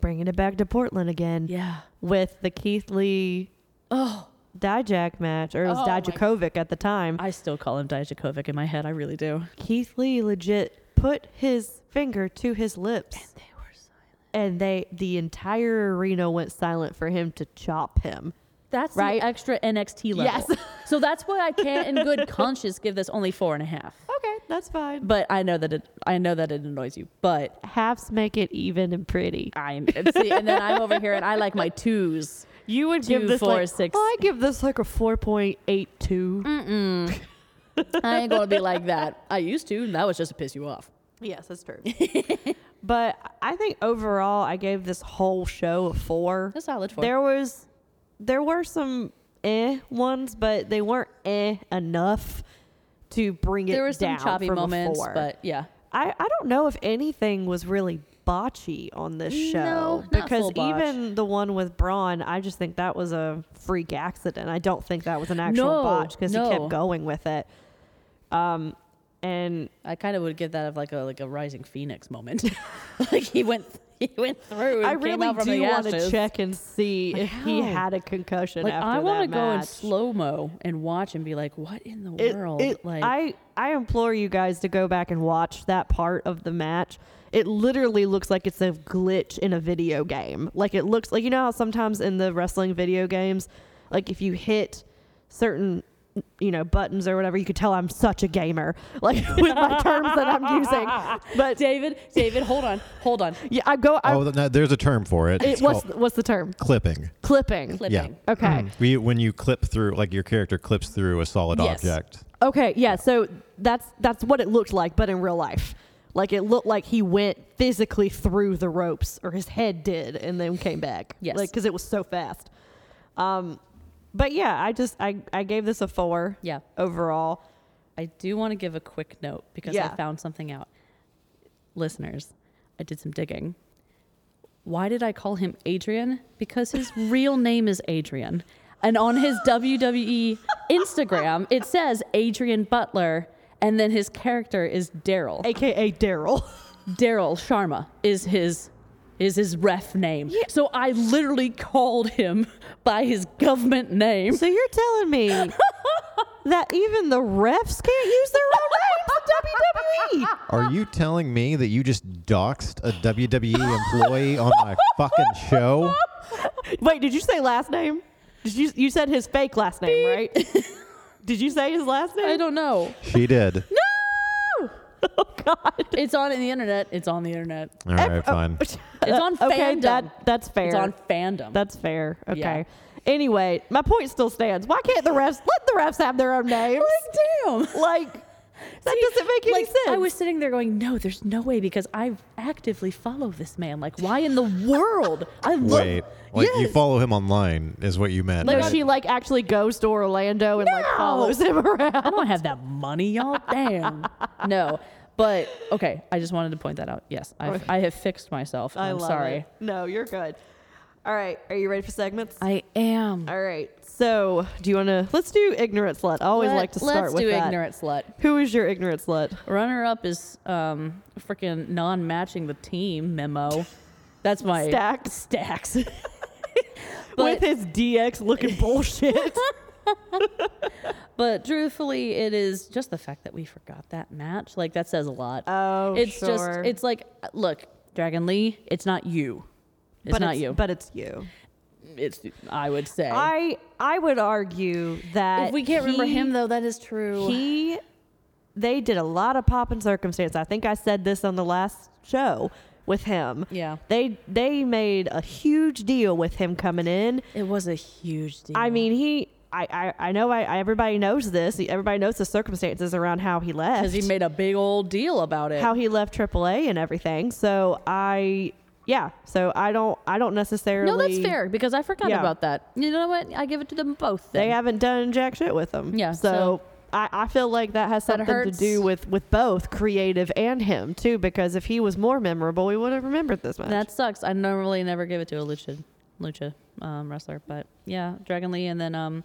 bringing it back to Portland again Yeah. with the Keith Lee Oh, Dijak match, or it was Oh my- Dijakovic at the time. I still call him Dijakovic in my head. I really do. Keith Lee legit put his finger to his lips, They were silent. and they the entire arena went silent for him to chop him. That's Right? the extra NXT level. Yes. <laughs> so that's why I can't, in good conscience, give this only four and a half. Okay, that's fine. But I know that it, I know that it annoys you. But Halves make it even and pretty. I and see, and then I'm over here and I like my twos. You would Two, give this four, like, six. Oh, I give this like a four point eight two. I ain't gonna be like that. I used to, and that was just to piss you off. Yes, that's <laughs> true. but I think overall, I gave this whole show a four. A solid four. There was, there were some eh ones, but they weren't eh enough to bring it there were some down choppy from a moments, four. but yeah. I, I don't know if anything was really botchy on this show No, not because full botch. even the one with Braun, I just think that was a freak accident. I don't think that was an actual No, botch because he no. kept going with it. Um, and I kind of would give that of like a like a rising phoenix moment. <laughs> like he went he went through. And I came really out from do the want to ashes. check and see if he how? had a concussion Like after I want to go in slow mo and watch and be like, what in the it, world? it- like I, I implore you guys to go back and watch that part of the match. It literally looks like it's a glitch in a video game. Like it looks like you know how sometimes in the wrestling video games, like if you hit certain you know buttons or whatever, you could tell I'm such a gamer. <laughs> Like with my terms that I'm <laughs> using. But David, David, hold on, hold on. yeah, I go. I, oh, th- no, there's a term for it. it, It's what's called what's the term? clipping. Clipping. Clipping. Yeah. Hmm. Okay. We, when you clip through, like your character clips through a solid Yes. object. Okay, yeah. So that's that's what it looked like, but in real life, like it looked like he went physically through the ropes, or his head did, and then came back. Yes. like because it was so fast. Um, but yeah, I just I I gave this a four. Yeah. overall. I do want to give a quick note because I Yeah. found something out. Listeners, I did some digging. Why did I call him Adrian? <laughs> Because his real name is Adrian. And on his WWE Instagram, it says Adrian Butler, and then his character is Daryl. AKA Daryl. <laughs> Daryl Sharma is his is his ref name. So I literally called him by his government name. so you're telling me that even the refs can't use their own names in E? WWE? <laughs> Are you telling me that you just doxed a WWE employee on my fucking show? Wait, did you say last name? Did you you said his fake last name, right? did you say his last name? I don't know. She did. Oh God. It's on the internet. It's on the internet. All right, Oh. <laughs> fine. It's on Uh, <laughs> okay, fandom. that that's fair. It's on fandom. that's fair. Okay. Yeah. Anyway, my point still stands. Why can't the refs let the refs have their own names? damn. like that doesn't make any Like sense. I was sitting there going, no, there's no way because I actively follow this man. Like, why in the world? <laughs> I love. Wait. Like you Yes. follow him online is what you meant. like right? she like actually goes to Orlando and like No. follows him I around. don't have that money, y'all. Damn. <laughs> no, but okay. I just wanted to point that out. Yes, I've, I have fixed myself. I I'm love sorry. it. No, you're good. All right, are you ready for segments? I am. All right. So, do you want to let's do ignorant slut. I always like to start us with do that. ignorant slut. Who is your ignorant slut? Runner up is um freaking non matching the team memo. That's my Stacks. <laughs> Stacks. with But- his DX <laughs> looking bullshit. But truthfully, it is just the fact that we forgot that match. Like that says a lot. Oh, it's sure. just it's like look, Dragon Lee, it's not you. It's but not it's, you. But it's you. it's I would say. I I would argue that if we can't remember he- him though, that is true. he they did a lot of pop and circumstance. I think I said this on the last show with him. Yeah. They they made a huge deal with him coming in. it was a huge deal. I mean, he I I, I know I, I everybody knows this. Everybody knows the circumstances around how he left. because he made a big old deal about it. how he left AAA and everything. So I yeah, so I don't I don't necessarily no, that's fair because I forgot Yeah. about that. You know what? I give it to them both. they then. haven't done jack shit with them. Yeah, So, so- I, I feel like that has That something to hurts. do with with both creative and him too, because if he was more memorable, we would have remembered this match. That sucks. I normally never give it to a lucha, lucha um, wrestler, but yeah, Dragon Lee, and then um,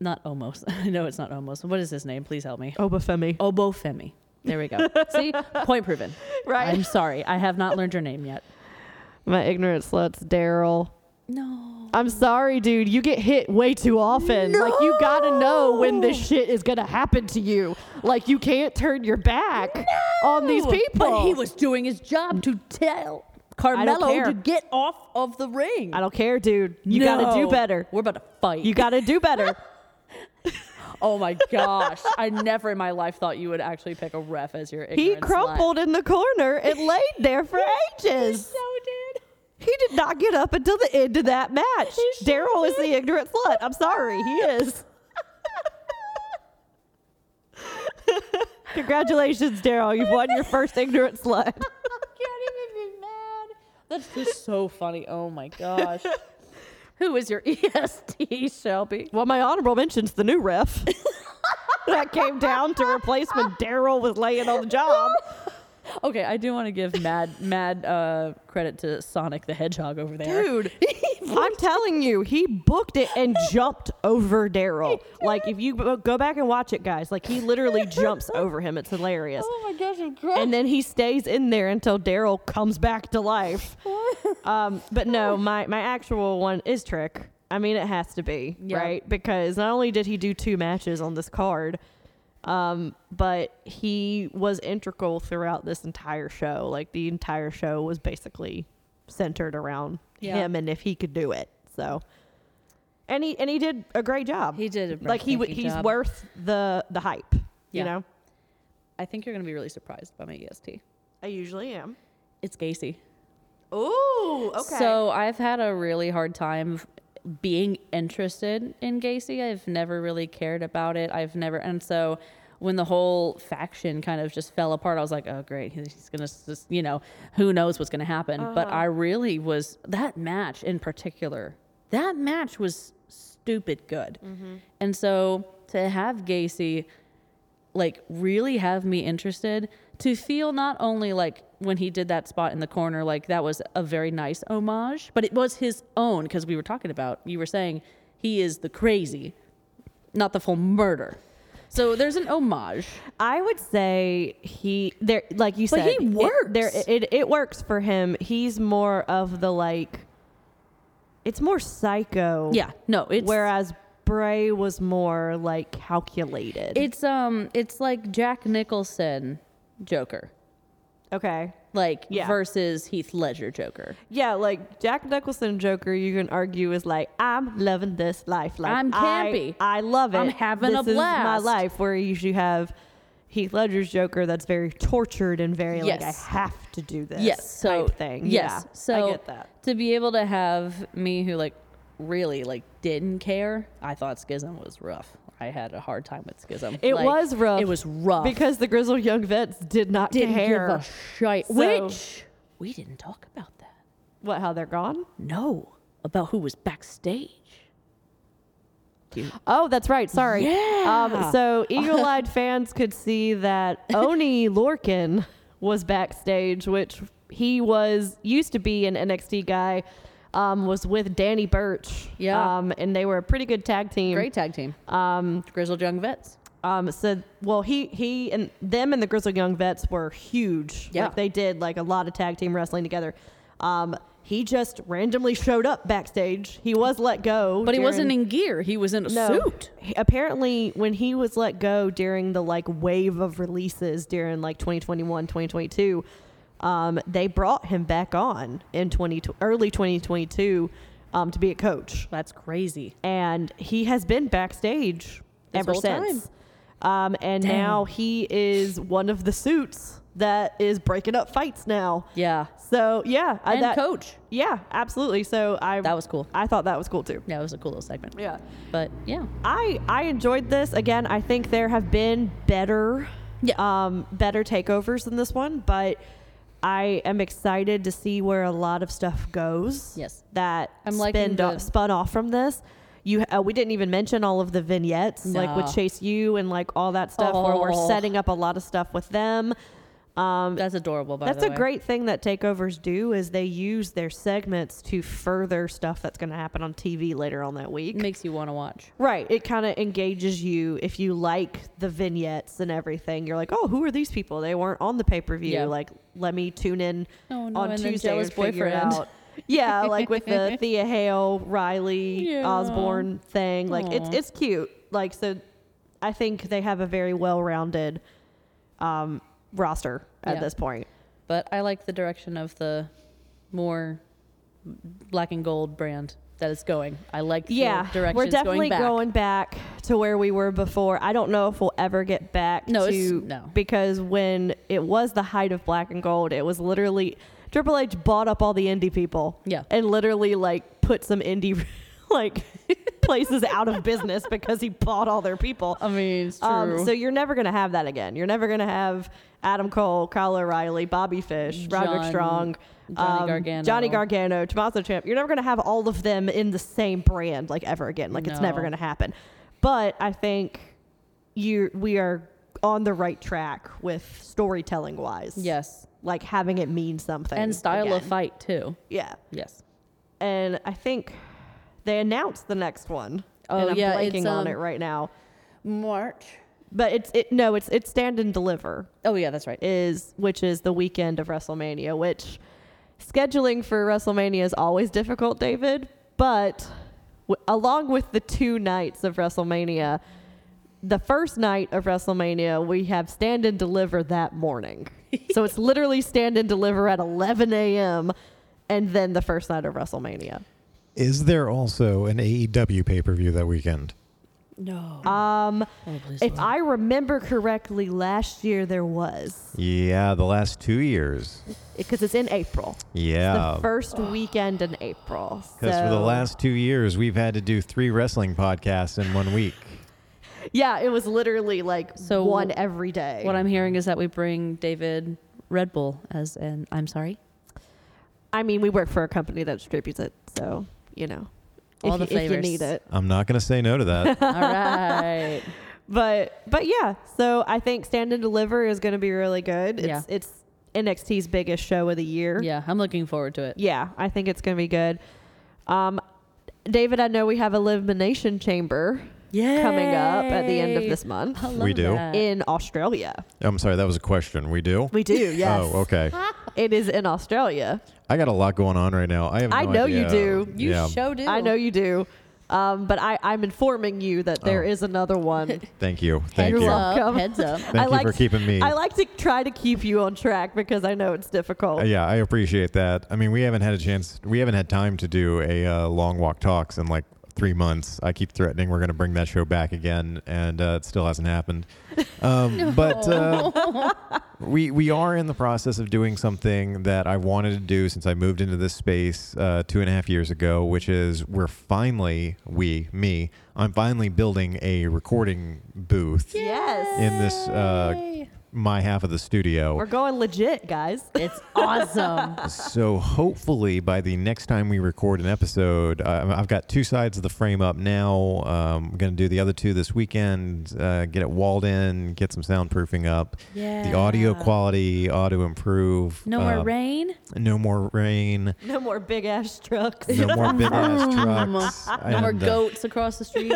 not almost. <laughs> I know it's not almost. What is his name? Please help me. <laughs> Obafemi. Obofemi. There we <laughs> go. See, point proven. Right. I'm sorry. I have not learned your name yet. <laughs> My ignorant slut's Daryl. No. I'm sorry, dude. You get hit way too often. Like you gotta know when this shit is gonna happen to you. Like you can't turn your back on these people. But he was doing his job to tell care. Carmelo to get off of the ring. I don't care, dude. You gotta do No. better. We're about to fight. You gotta do better. oh my gosh. I never in my life thought you would actually pick a ref as your he ignorant slut. crumpled in the corner <laughs> and laid there for ages. So did. He did not get up until the end of that match. He sure Daryl is the ignorant slut. <laughs> I'm sorry, he is. Congratulations, Daryl. You've won your first ignorant slut. can't even be mad. That's just so funny. Oh my gosh. <laughs> Who is your EST, Shelby? Well, my honorable mention's the new <laughs> ref that came down to replace when Daryl was laying on the job. Okay, I do want to give mad mad uh, credit to Sonic the Hedgehog over there. Dude, I'm telling you, he booked it and jumped over Daryl. Like, if you go go back and watch it, guys, like, he literally jumps over him. It's hilarious. Oh my gosh, I'm crying. And then he stays in there until Daryl comes back to <laughs> life. Um, but no, my, my actual one is Trick. I mean, it has to be, Yeah. right? Because not only did he do two matches on this card, um, but he was integral throughout this entire show. Like, the entire show was basically centered around Yeah. him and if he could do it. So. And he and he did a great job. He did a like he w- breathtaking he's job. worth the the hype. You Yeah. know, I think you're gonna be really surprised by my E EST. I usually am. It's Gacy. Ooh, So I've had a really hard time being interested in Gacy. I've never really cared about it. I've never, and so when the whole faction kind of just fell apart, I was like, oh great, he's gonna, s- just, you know, who knows what's gonna happen. But I really was that match in particular. That match was stupid good, and so to have Gacy like really have me interested to feel not only like when he did that spot in the corner like that was a very nice homage but it was his own because we were talking about you were saying he is the crazy not the full murder so there's an homage I would say he there like you But said he it- works. there it, it works for him. He's more of the like it's more psycho. yeah no it's Whereas Bray was more like calculated. it's um it's like jack nicholson joker okay. like Yeah. versus heath ledger joker Yeah, like Jack Nicholson Joker, you can argue is like I'm loving this life. Like I'm campy. I, I love it. I'm having this a Is my blast. life. Where you usually have Heath Ledger's Joker that's very tortured and very like I Yes. have to do this. yes so type thing. yes yeah, so I get that. to be able to have me who like really like didn't care i thought schism was rough i had a hard time with schism It Like, was rough. it was rough because the Grizzled Young Vets did not didn't care. give a shite So- which we didn't talk about that what? How they're gone? no about who was backstage Dude. Oh, that's right. Sorry. Yeah. Um, so <laughs> eagle-eyed fans could see that Oni Lorkin was backstage, which he was used to be an NXT guy. Um, was with Danny Birch. Yeah. Um, and they were a pretty good tag team. great tag team um grizzled young vets Um, so well, he he and them and the Grizzled Young Vets were huge. Yeah. like, they did like a lot of tag team wrestling together. Um, he just randomly showed up backstage. He was let go, but he during- wasn't in gear he was in a suit he- apparently, when he was let go during the like wave of releases during like 2021, 2022, um, they brought him back on in 20 early 2022 um, to be a coach, that's crazy and he has been backstage This ever whole since. Um, and now he is one of the suits that is breaking up fights now. yeah So yeah, I- and that- coach Yeah, absolutely. So I That was cool. I thought that was cool too. yeah it was a cool little segment Yeah. but yeah I I enjoyed this. Again, I think there have been better Yeah. um better takeovers than this one, but I am excited to see where a lot of stuff goes. Yes. That I'm liking spin the- spun off from this. You uh, we didn't even mention all of the vignettes like Nah. with Chase U and like all that stuff where Oh. we're setting up a lot of stuff with them. Um, that's adorable by That's the a way. great thing that takeovers do is they use their segments to further stuff that's going to happen on TV later on that week. makes you want to watch Right. It kind of engages you if you like the vignettes and everything. You're like, oh, who are these people? They weren't on the pay per view. Yeah. Like, let me tune in Oh, no, on and then Tuesday jealous and figure it boyfriend. out. yeah, like with <laughs> the Thea Hale, Riley Yeah. Osborne thing. Like, Aw. it's it's cute. Like, so I think they have a very well rounded um, roster at Yeah. this point. But I like the direction of the more black and gold brand that it's going. I like the Yeah, direction we're it's definitely going back. back to where we were before. I don't know if we'll ever get back. No, to, it's- no. because when it was the height of black and gold, it was literally Triple H bought up all the indie people. Yeah. and literally <laughs> like put some indie like place is out of business because he bought all their people. I mean, it's true. Um, so you're never going to have that again. You're never going to have Adam Cole, Kyle O'Reilly, Bobby Fish, Roderick John- Strong, Johnny um, Gargano. Johnny Gargano, Tommaso Champ. You're never going to have all of them in the same brand like ever again. Like it's never No. going to happen. But I think you we are on the right track with storytelling wise. yes, Like having it mean something and style of again. fight too. Yeah, Yes. and I think they announced the next one. Oh, and I'm yeah, blanking it's, on um, it right now. March. But it's it no, it's it's stand and deliver Oh yeah, that's right. is which is the weekend of WrestleMania, which scheduling for WrestleMania is always difficult, David, but w- along with the two nights of WrestleMania, the first night of WrestleMania, we have stand and deliver that morning. so it's literally stand and deliver at 11 a.m. and then the first night of WrestleMania. Is there also an AEW pay per view that weekend? no. Um, Oh, please if don't. I remember correctly, last year there was Yeah, the last two years. because it's in April. Yeah. the first weekend in April. Because for the So- last two years, we've had to do three wrestling podcasts in one week. yeah, it was literally like So one every day. what I'm hearing is that we bring David Red Bull as an I'm sorry. I mean, we work for a company that distributes it, so you know, All if, the you- if you flavors. need it. I'm not going to say no to that. <laughs> All right. But but yeah, so I think Stand and Deliver is going to be really good. It's Yeah. it's NXT's biggest show of the year. yeah, I'm looking forward to it. Yeah, I think it's going to be good. Um, David, I know we have Elimination Chamber Yeah. coming up at the end of this month We do. in Australia. I'm sorry, that was a question. We do? We do, yes. Oh, okay. It is in Australia. I got a lot going on right now. I have. No I know you idea. do. You yeah. showed it. I know you do. Um, but I, I'm informing you that there Oh. is another <laughs> one. Thank you. Thank Heads you. up. up. Welcome. Heads up. <laughs> Thank I you like for keeping me. I like to try to keep you on track because I know it's difficult. Uh, yeah, I appreciate that. I mean, we haven't had a chance. We haven't had time to do a uh, long walk talks in like three months. I keep threatening we're going to bring that show back again, and uh, it still hasn't happened. Um, But uh, we we are in the process of doing something that I wanted to do since I moved into this space uh, two and a half years ago, which is we're finally we me I'm finally building a recording booth Yes. in this uh, my half of the studio. We're going legit, guys. <laughs> It's awesome. So hopefully by the next time we record an episode, uh, I've got two sides of the frame up now. Um, I'm gonna do the other two this weekend. Uh, get it walled in. Get some soundproofing up. The audio Yeah. quality ought to improve. No more Um, rain. No more rain. No more big ass trucks. <laughs> No more big ass trucks. No more And, uh, goats across the street.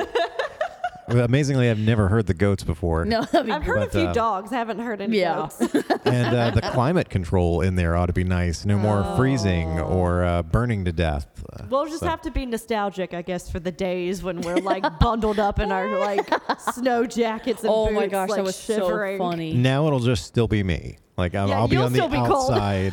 amazingly, I've never heard the goats before. no, that'd be I've heard a But, few um, dogs. Haven't heard any Yeah. goats. And uh, the climate control in there ought to be nice. No <laughs> more Oh. freezing or uh, burning to death. Uh, <laughs> We'll just so- have to be nostalgic, I guess, for the days when <laughs> we're like bundled up in our like snow jackets and Oh boots, my gosh, like, that was shivering. so <laughs> funny. Now it'll just still be me. Like I'll, Yeah, I'll be you'll on the still be cold. outside,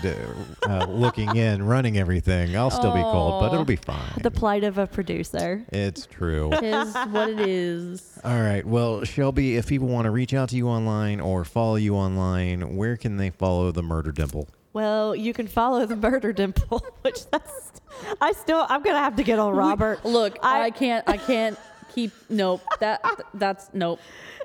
uh, uh, looking in, running everything. I'll still be cold, but it'll be fine. The plight of a producer. it's <laughs> true. Is what it is. All right. Well, Shelby, if people want to reach out to you online or follow you online, where can they follow the Murder Dimple? Well, you can follow the murder dimple, <laughs> which that's. I still. I'm gonna have to get on Robert. Look, I, I- can't. I can't keep. Nope. That. That's nope.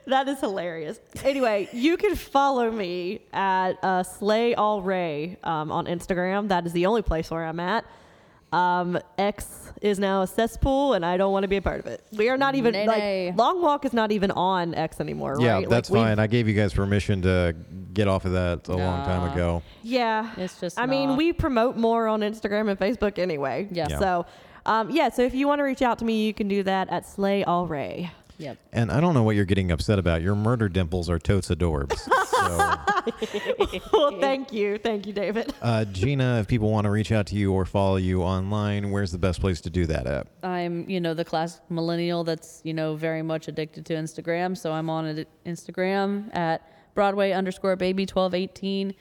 That is hilarious. Anyway, you can follow me at uh, Slay All Ray um, on Instagram. That is the only place where I'm at. Um, X is now a cesspool, and I don't want to be a part of it. We are not even Nay, like nay. Long Walk is not even on X anymore. Yeah, right? that's like, we've- fine. I gave you guys permission to get off of that a long time Nah. ago. Yeah. It's just I mean, not- we promote more on Instagram and Facebook anyway. Yeah. Yeah. So, um, yeah. So if you want to reach out to me, you can do that at Slay All <laughs> Ray. Yep. And I don't know what you're getting upset about. Your murder dimples are totes <laughs> adorbs. So. well, thank you, thank you, David. Uh, Gina, if people want to reach out to you or follow you online, where's the best place to do that at? I'm, you know, the classic millennial that's, you know, very much addicted to Instagram. So I'm on it- Instagram at Broadway underscore baby twelve eighteen.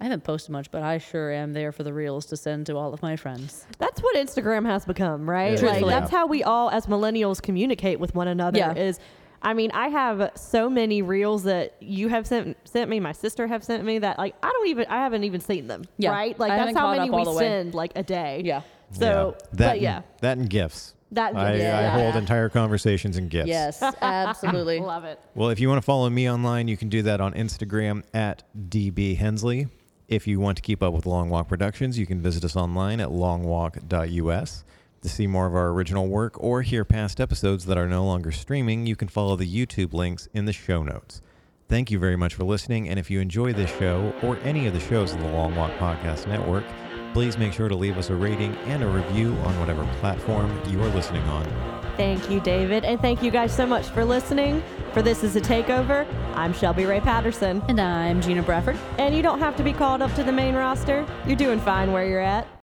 I haven't posted much, but I sure am there for the reels to send to all of my friends. <laughs> That's what Instagram has become, right? Yeah. Like Truthfully. that's how we all as millennials communicate with one another Yeah. is I mean, I have so many reels that you have sent sent me, my sister have sent me that like I don't even I haven't even seen them. Yeah. Right? Like I that's haven't how caught many up all we the way. send like a day. Yeah. So that but yeah. and, that and gifts. That I, I Yeah. hold entire conversations in gifts. <laughs> Yes, absolutely. love it. Well, if you want to follow me online, you can do that on Instagram at DB Hensley. If you want to keep up with Long Walk Productions, you can visit us online at longwalk.us. To see more of our original work or hear past episodes that are no longer streaming, you can follow the YouTube links in the show notes. Thank you very much for listening, and if you enjoy this show or any of the shows in the Long Walk Podcast Network, please make sure to leave us a rating and a review on whatever platform you are listening on. Thank you, David. And thank you guys so much for listening. For This Is a Takeover, I'm Shelby Ray Patterson. and I'm Gina Bradford. And you don't have to be called up to the main roster. You're doing fine where you're at.